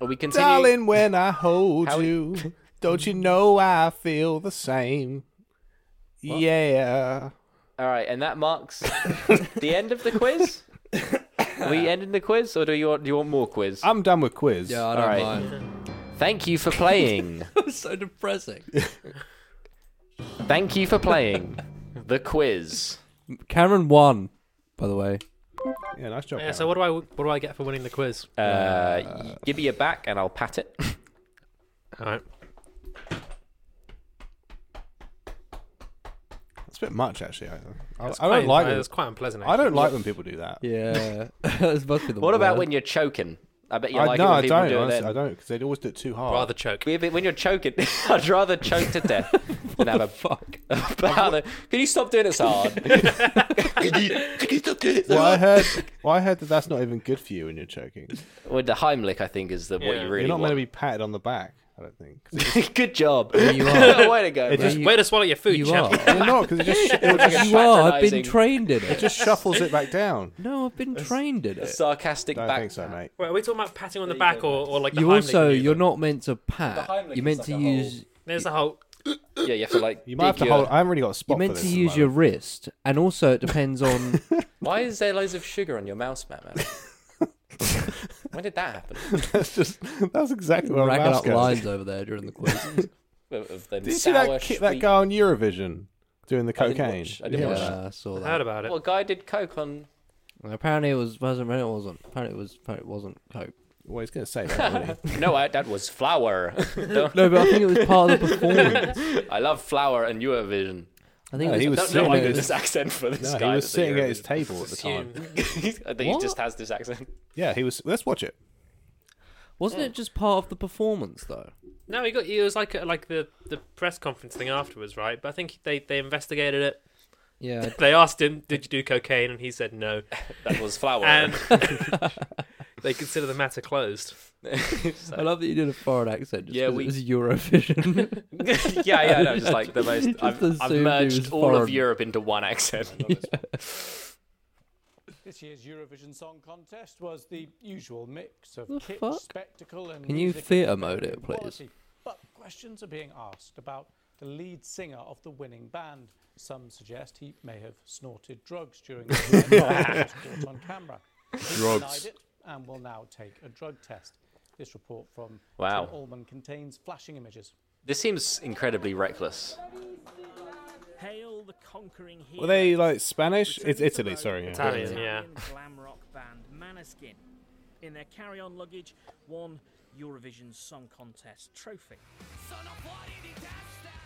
B: are we continuing?
A: Darling, when I hold
B: How-
A: you, don't you know I feel the same? Yeah.
B: All right, and that marks the end of the quiz. Are we ending the quiz, or do you want do you want more quiz?
A: I'm done with quiz.
C: yeah, I don't
B: alright.
C: mind.
B: Thank you for playing.
C: That was so depressing.
B: Thank you for playing the quiz.
C: Cameron won, by the way.
A: Yeah, nice job.
D: Yeah. So what do I what do I get for winning the quiz?
B: Uh, y- give me your back and I'll pat it.
D: All right.
A: It's a bit much, actually. I, I,
D: It's
A: I don't
D: quite-
A: like
D: uh,
A: it.
D: It's quite unpleasant.
A: I don't
D: actually.
A: like when people do that.
C: Yeah. this must be the
B: what about
C: worst.
B: when you're choking? I bet you
A: I,
B: like
A: no,
B: it when
A: I
B: people
A: don't.
B: do it
A: honestly,
B: then.
A: I don't because they always do it too hard.
D: rather choke.
B: Yeah, but When you're choking, I'd rather choke to death than have a fuck. Can you stop doing it so hard? can, you, can you stop doing it so
A: well, I
B: hard?
A: heard. Well, I heard that that's not even good for you when you're choking.
B: With the Heimlich, I think is the what
D: Yeah.
B: you
D: You're
B: really
A: you're not meant to
B: want.
A: be patted on the back. I don't think. 'Cause it-
B: Good job.
C: you are.
B: Way to go.
A: It
B: bro.
A: just-
C: You-
D: Way to swallow your food,
C: You
D: champ.
C: are.
A: You're not because it just it
B: Like a
A: just,
C: you are. I've
B: patronising-
C: been trained in it.
A: just shuffles it back down.
C: No, I've been trained in it.
B: sarcastic
A: Don't
B: back.
A: think so, mate.
D: Wait, are we talking about patting on the
E: There you
D: back
E: go,
D: or, or like the
C: You
D: Heimlich
C: also,
D: maneuver?
C: you're not meant to
E: The
C: pat.
E: Heimlich
C: You're meant
E: is
C: to
E: like a whole-
C: use.
D: There's the whole.
B: Yeah, you have to like.
A: You might have
B: dig
A: to
B: your-
A: hold. I haven't really got a
C: You're
A: spot.
C: meant
A: for
C: to
A: this at the
C: use your
A: moment.
C: wrist, and also it depends on.
B: Why is there loads of sugar on your mouse, Matt? Man? when did that happen?
A: That's just. That's exactly what I'm
C: racking up
A: asking.
C: lines over there during the quiz.
B: Of- of them
A: Did you see
B: sour,
A: that ki- that
B: sweet-
A: guy on Eurovision doing the
B: I didn't
A: cocaine?
B: watch- I didn't
C: yeah,
B: watch
C: I saw
D: I heard
C: that.
D: about it.
B: Well, a guy did coke on.
C: And apparently it was wasn't. It wasn't. Apparently it was. Apparently it wasn't coke.
A: Well, he's going to say that. wasn't he?
B: No, I, that was flour. Don't-
C: No, but I think it was part of the performance.
B: I love flour and Eurovision.
C: I think
A: No,
C: it was,
A: he was
B: Don't
A: sitting
B: know why I
A: at
B: did
A: his-
B: this accent for this
A: no,
B: guy.
A: he was
B: that's
A: sitting at
B: Eurovision.
A: his table at the time.
D: Assume-
B: I think
C: What?
B: he just has this accent.
A: Yeah, he was. Let's watch it.
C: wasn't it just part of the performance though?
D: No, he got. It was like uh, like the the press conference thing afterwards, right? But I think they they investigated it.
C: Yeah.
D: They asked him, "Did you do cocaine?" And he said no.
B: That was flour.
D: And they consider the matter closed.
C: I love that you did a foreign accent. Just
B: Yeah,
C: 'cause
B: we-
C: it was Eurovision.
B: yeah, yeah, no, just like the most.
C: Just
B: I've,
C: assumed
B: I've
C: he
B: merged
C: was
B: all of
C: foreign.
B: Europe into one accent.
G: This year's Eurovision Song Contest was the usual mix of
C: The
G: kitsch,
C: fuck?
G: spectacle, and
C: Can you
G: music of
C: theatre mode
G: varying
C: it, please?
G: quality. But questions are being asked about the lead singer of the winning band. Some suggest he may have snorted drugs during the event, which was caught on camera. He
A: Drugs.
G: denied it and will now take a drug test. This report from
B: Wow.
G: Tim Allman contains flashing images.
B: this seems incredibly reckless.
H: Hail the conquering hero.
A: Were they like Spanish?
H: Return
A: It's
H: to
A: Italy,
H: Rome
A: sorry.
H: with
A: Yeah.
D: Italian.
H: the
D: yeah.
H: Italian Glam rock band Maneskin. In their carry-on luggage, one Eurovision Song Contest trophy.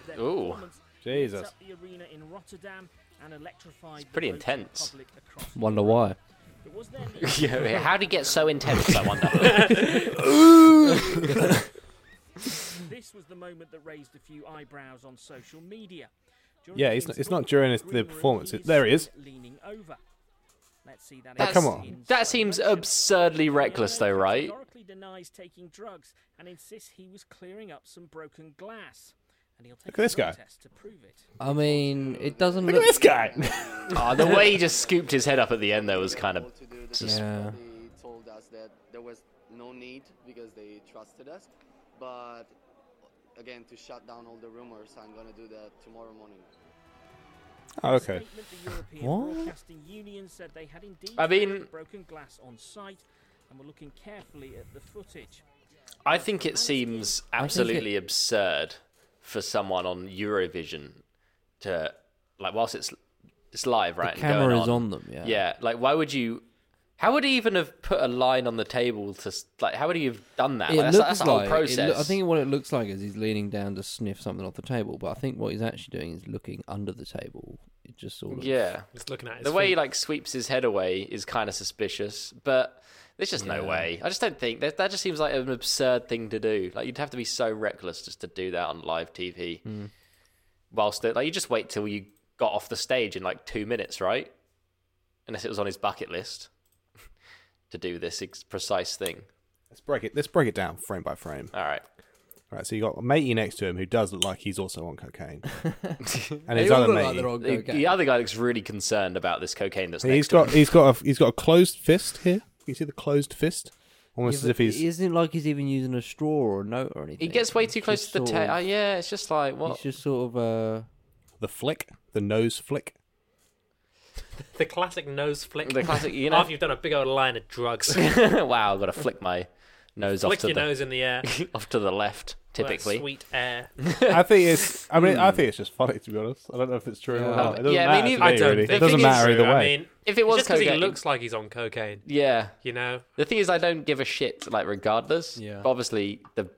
H: Their
B: Ooh.
H: performance
A: Jesus.
H: lit up the arena in Rotterdam and electrified
B: pretty
H: the vocal
B: intense.
H: public across
C: Wonder why.
H: It was their lead
B: Yeah, how did it get so intense? I wonder.
H: This was the moment that raised a few eyebrows on social media. During
A: Yeah,
H: the
A: it's not-
H: king's
A: it's not
H: ball,
A: during his-
H: Greenwood
A: the performance.
H: appears
A: It- there he is.
H: seen Leaning over. Let's see that.
A: That's-
B: That's-
A: come on.
B: That seems absurdly reckless, though, right?
H: Historically denies taking drugs and insists he was clearing up some broken glass. And he'll take
A: at this
H: a drug
A: guy.
H: test to prove it.
C: I mean, it doesn't
A: Look at this guy.
B: Oh, the way he just scooped his head up at the end, though, was kind of.
I: to do the
B: just-
C: Yeah.
I: They told us that there was no need because they trusted us. But again, to shut down all the rumors, I'm gonna do that tomorrow morning.
A: Oh, okay.
H: Statement the European
C: What?
H: Broadcasting Union said they had indeed
B: I mean-
H: found broken glass on site and were looking carefully at the footage.
B: I think it seems
C: think it-
B: absolutely absurd for someone on Eurovision to like whilst it's it's live, right? and going
C: camera is on them, yeah.
B: Yeah. Like, why would you? How would he even have put a line on the table to s- like? How would he have done that?
C: It
B: Like, that's,
C: looks
B: that's the whole
C: like it
B: process.
C: loo- I think what it looks like is he's leaning down to sniff something off the table, but I think what he's actually doing is looking under the table. It just sort of
B: Yeah.
D: Just looking at his
B: The way he
D: feet.
B: like sweeps his head away is kind of suspicious, but there's just no
C: Yeah.
B: way. I just don't think that that just seems like an absurd thing to do. Like you'd have to be so reckless just to do that on live TV.
C: Hmm.
B: Whilst it, like you just wait till you got off the stage in like two minutes, right? Unless it was on his bucket list to do this ex- precise thing.
A: Let's break it. Let's break it down frame by frame.
B: All right.
A: All right. So you got matey next to him who does look like he's also on cocaine, and his
C: They all
A: other
C: look like
A: matey.
C: they're on
B: The,
C: cocaine.
B: the other guy looks really concerned about this cocaine that's
A: he's
B: next
A: got
B: to him.
A: he's got a he's got a closed fist here. You see the closed fist, almost
C: Yeah,
A: as if
C: but
A: he's
C: It isn't like he's even using a straw or a note or anything.
B: He gets way
C: It's
B: too close
C: just
B: to the
C: sort
B: tail. Oh,
C: of-
B: yeah, it's just like what.
C: It's just sort of uh,
A: the flick, the nose flick.
D: The classic nose flick.
B: The classic, you know.
D: After you've done a big old line of drugs.
B: wow, I've got to flick my Nose off
D: Flick
B: to
D: your
B: the
D: nose in the air.
B: off to the left,
D: for that
B: typically.
D: sweet air.
A: I think it's. I mean, I think it's just funny to be honest. I don't know if it's true or not. It doesn't
B: yeah, I
A: matter.
B: mean, even-
A: to me,
B: I don't
A: really.
B: think
A: it doesn't
B: it's
A: matter
D: true.
A: either
D: I
A: way.
D: mean,
B: if it was
D: just because
B: cocaine,
D: he looks like he's on cocaine,
B: yeah.
D: you know.
B: The thing is, I don't give a shit. Like, regardless,
C: Yeah.
B: Obviously, the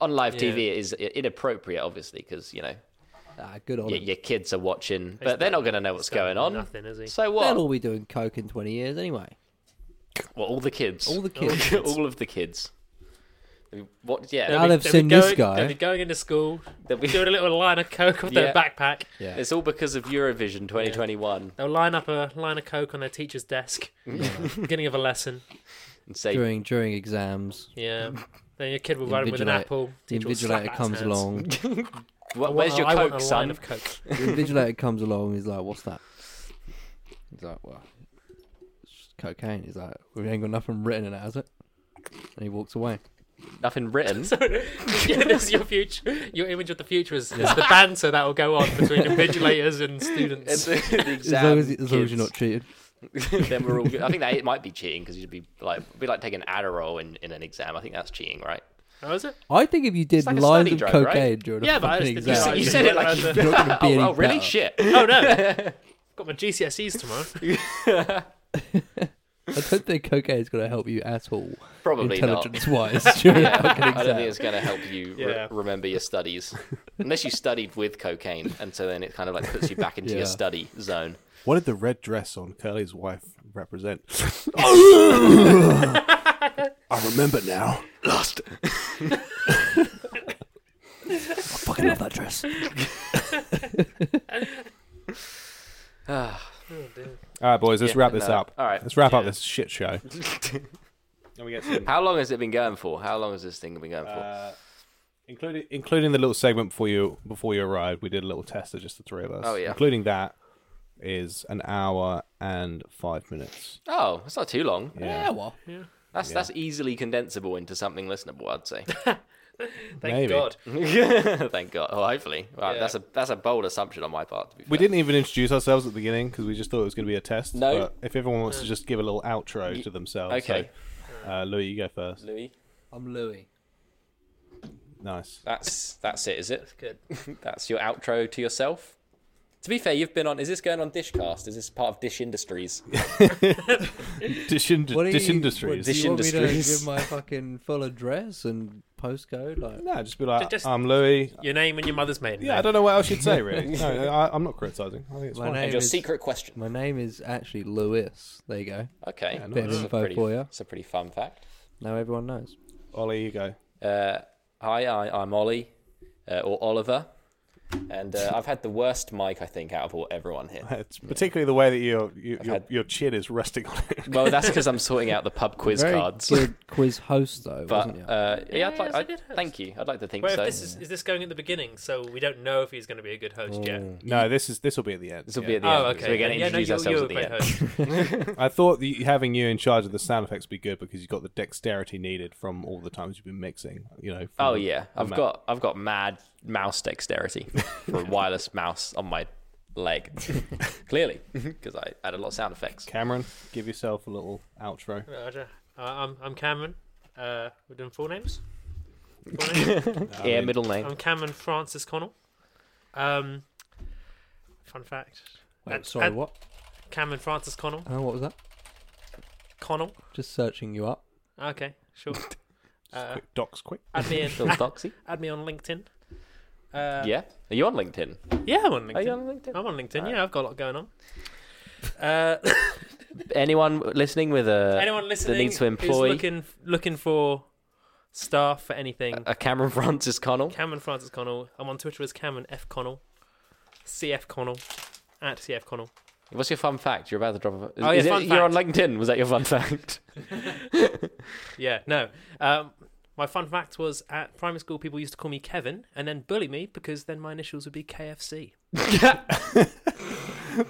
B: on live
D: Yeah.
B: TV it is i- inappropriate, obviously, because you know
C: Ah, good on
B: your,
C: him.
B: your kids are watching, but they're
D: done-
B: not going to know what's
D: he's done
B: going on.
D: nothing, is he?
B: So
C: They'll
B: what?
C: all be doing coke in 20 years anyway.
B: Well, all the kids.
C: All the kids.
B: all of the kids. What? Yeah.
C: Now they've
D: They'll be
C: seen this
D: going- They'll be
C: guy.
D: going into school,
B: they'll be-
D: doing a little line of coke off
B: Yeah.
D: their backpack.
C: Yeah.
B: It's all because of Eurovision 2021
D: They'll line up a line of coke on their teacher's desk, beginning of a lesson.
B: and say,
C: During during exams,
D: Yeah. Then your kid will run with an
C: Invigilate-
D: apple.
C: the
D: teacher will slap
C: invigilator
D: that
C: comes
D: hands.
C: along.
B: "Wh-
D: I want
B: "Where's
D: a-
B: your
D: I want
B: coke,
D: a
B: son?"
D: Line of coke.
C: The invigilator comes along. He's like, "What's that?" He's like, "Well, it's just cocaine." He's like, "We ain't got nothing written in it, has it?" And he walks away.
B: Nothing written.
D: yeah, this is your future. Your image of the future is, is the banter that will go on between invigilators and
B: And
D: students.
B: the, the
C: As
B: exam
C: long as, as long as you're
B: kids.
C: not cheated.
B: then we're all good. I think that it might be cheating because you'd be like it'd be like taking Adderall in, in an exam. I think that's cheating, right?
D: How Oh, is it?
C: I think if you did
B: like a
C: lines
B: study
C: of
B: drug, right?
C: cocaine during a
D: Yeah, but I
C: fucking
D: just didn't-
C: exam,
D: you
B: you
D: just
B: said it like
D: said
B: you-
C: you're not going to be any
B: oh, oh, really?
C: better.
B: Shit.
D: Oh no, got my GCSEs tomorrow.
C: I don't think cocaine is going to help you at all,
B: Probably not.
C: intelligence-wise. during a fucking
B: I don't think
C: exam.
B: it's going to help you re-
D: Yeah.
B: remember your studies, unless you studied with cocaine, and so then it kind of like puts you back into
C: Yeah.
B: your study zone.
A: What did the red dress on Curly's wife represent? I remember now.
B: Lost.
C: I fucking love that dress.
A: All right, boys, let's
B: Yeah,
A: wrap this
B: no.
A: up.
B: All right.
A: let's wrap up this shit show.
B: How long has it been going for? How long has this thing been going for?
A: Uh, including including the little segment before you before you arrived, we did a little test of just the three of us.
B: Oh, yeah.
A: Including that is an hour and five minutes.
B: oh, it's not too long.
C: Yeah, well,
B: That's that's easily condensable into something listenable. I'd say.
D: Thank
A: Maybe.
D: God.
B: Thank God. Oh, hopefully. Wow,
D: Yeah.
B: That's a that's a bold assumption on my part. To be
A: We
B: fair.
A: didn't even introduce ourselves at the beginning because we just thought it was going to be a test.
B: No.
A: But if everyone wants to just give a little outro to themselves,
B: okay.
A: So, uh, Louis, you go first.
B: Louis,
C: I'm Louis.
A: Nice.
B: that's that's it, is it?
D: Good.
B: That's your outro to yourself. To be fair, you've been on. Is this going on Dishcast? Is this part of Dish Industries?
A: Dish, ind-
C: What do
A: dish
C: you,
A: industries.
C: What, do you want me to
B: Industries.
C: give my fucking full address and postcode? Like,
A: No, just be like,
D: Just-
A: I'm Louis.
D: Your name and your mother's maiden
A: Yeah, I
D: name.
A: don't know what else you'd say, really. No, I, I'm not criticizing. I think it's
C: my
A: fine.
C: name
B: Your
C: is
B: secret question.
C: my name is actually Lewis. There you go.
B: Okay,
C: Bit of
B: that's a
C: info
B: pretty,
C: for ya.
B: It's a pretty fun fact.
C: Now everyone knows.
A: Ollie, you go.
B: Uh, hi, I, I'm Ollie, uh, or Oliver, and uh, I've had the worst mic I think out of all everyone here.
A: It's particularly the way that your you, your,
B: had-
A: your chin is resting on it.
B: Well, that's because I'm sorting out the pub quiz
C: Very
B: cards.
C: good quiz host though, wasn't
B: But
C: you?
B: uh, yeah, I'd
D: Yeah,
B: like,
D: it's a
B: I'd,
D: good host.
B: thank you. I'd like to think
D: Wait, if
B: so.
D: this is, is this going at the beginning? So we don't know if he's going to be a good host yet.
A: No, this is this will be at the end.
B: This will
A: yeah.
B: be at the
D: Oh,
B: end.
D: okay.
B: Mm. So we're going to
D: yeah, no,
B: introduce
D: you're,
B: ourselves at
D: you're
B: the
D: a great
B: end.
D: host.
A: I thought the, having you in charge of the sound effects would be good because you've got the dexterity needed from all the times you've been mixing. You know. from
B: Oh yeah,
A: the
B: I've
A: ma-
B: got I've got mad mouse dexterity for a wireless mouse on my leg, clearly because I add a lot of sound effects.
A: Cameron. Give yourself a little outro.
D: Roger. Uh, I'm, I'm Cameron. Uh, we're doing full names. Full names?
B: yeah, middle name.
D: I'm Cameron Francis Connell. Um, fun fact.
C: Wait,
D: and-
C: sorry,
D: and-
C: what?
D: Cameron Francis Connell.
C: Oh, what was that?
D: Connell.
C: Just searching you up.
D: Okay, sure. Uh,
A: Quick, docs, quick.
D: add me in.
B: Phil Doxy.
D: add me on LinkedIn. Uh,
B: Yeah, are you on LinkedIn?
D: yeah, I'm on LinkedIn.
B: Are you on LinkedIn?
D: I'm on LinkedIn. Yeah, I've got a lot going on. Uh,
B: Anyone listening with a
D: anyone listening
B: that needs to
D: who's
B: employ
D: looking looking for staff for anything,
B: a Cameron Francis Connell?
D: Cameron Francis Connell. I'm on Twitter as Cameron F Connell, CF Connell, at CF Connell.
B: What's your fun fact? You're about to drop. A,
D: Oh, yeah,
B: is it-
D: fun
B: You're on LinkedIn. Was that your fun fact?
D: Yeah, no. Um, my fun fact was at primary school, people used to call me Kevin and then bully me because then my initials would be KFC.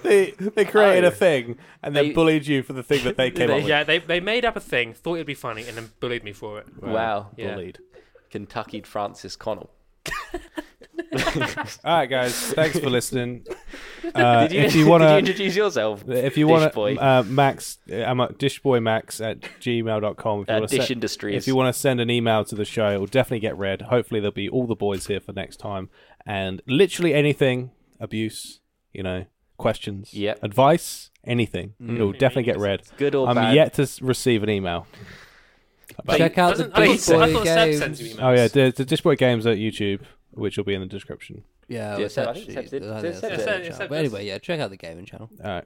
A: They they created
B: Oh.
A: a thing and then
B: They-
A: bullied you for the thing that they came up with.
D: yeah, they, they made up a thing, thought it'd be funny, and then bullied me for it.
B: wow,
D: Yeah.
A: Bullied.
B: Kentucky Francis Connell.
A: All right, guys. Thanks for listening. Uh,
B: did you,
A: if you want
B: did you
A: to
B: introduce yourself?
A: If you want to,
B: Dishboy?
A: uh, Max, uh, I'm at dishboymax at gmail.com. If you
B: Uh,
A: want to
B: Dish Industries.
A: If you want to send an email to the show, it'll definitely get read. Hopefully, there'll be all the boys here for next time. And literally anything abuse, you know, questions,
B: Yep.
A: advice, anything. It'll definitely get read.
B: Good or
A: I'm
B: bad.
A: yet to s- receive an email.
D: Wait,
C: Check out the
D: doesn't- I
C: Dish
D: thought, I
C: Boy
D: thought Seb sends you
C: games.
D: emails.
A: Oh, yeah, the, the Dishboy Games at YouTube, which will be in the description.
C: Yeah,
B: Yeah,
C: well,
B: so I
C: Seb Oh,
B: think
C: should-
B: Seb did-
C: I
B: Seb
C: think
B: said
C: that's
D: it.
C: Seb
D: Yeah,
C: channel.
D: Seb
C: But
D: does.
C: anyway, yeah, check out the gaming channel.
A: All right.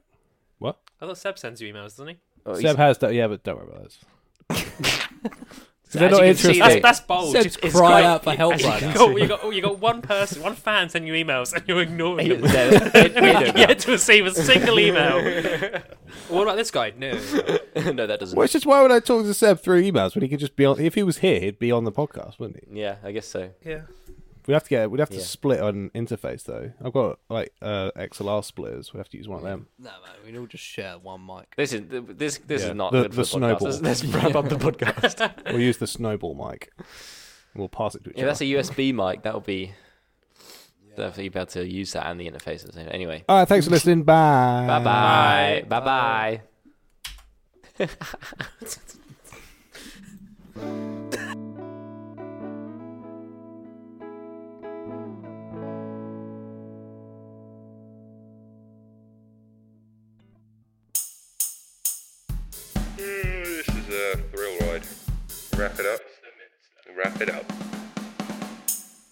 D: I thought Seb sends you emails, doesn't he?
B: Oh, he's-
A: Seb has that, yeah, but don't worry about those.
B: As
A: They're not
B: you can see,
A: interested.
B: they-
D: That's, that's bold.
C: Seb's
D: It's
C: crying
D: great.
C: out for help
D: Actually,
C: right now.
D: cool. You got, you got one person, one fan sending you emails, and you're ignoring
B: They-
D: them.
B: they- they- they don't
D: yet to receive a single email. what about this guy? No.
B: know. no, that doesn't.
A: Which is why would I talk to Seb through emails when he could just be on? If he was here, he'd be on the podcast, wouldn't he?
B: Yeah, I guess so.
D: Yeah.
A: We'd have to get. We'd have to
B: Yeah.
A: split on interface though. I've got like uh, XLR splitters. We have to use one of them.
C: No, man, we can all just share one mic.
B: This is this this
A: Yeah,
B: is not
A: the-
B: good for
A: the
B: the
A: snowball.
B: podcast. Let's, let's wrap up the podcast.
A: We'll use the snowball mic. We'll pass it to each
B: yeah,
A: other.
B: that's a USB mic. That'll be. Definitely be able to use that and the interface. at the same- Anyway,
A: All right. Thanks for listening. Bye.
B: bye bye bye bye.
J: Mm, this is a thrill ride. Wrap it up. Wrap it up.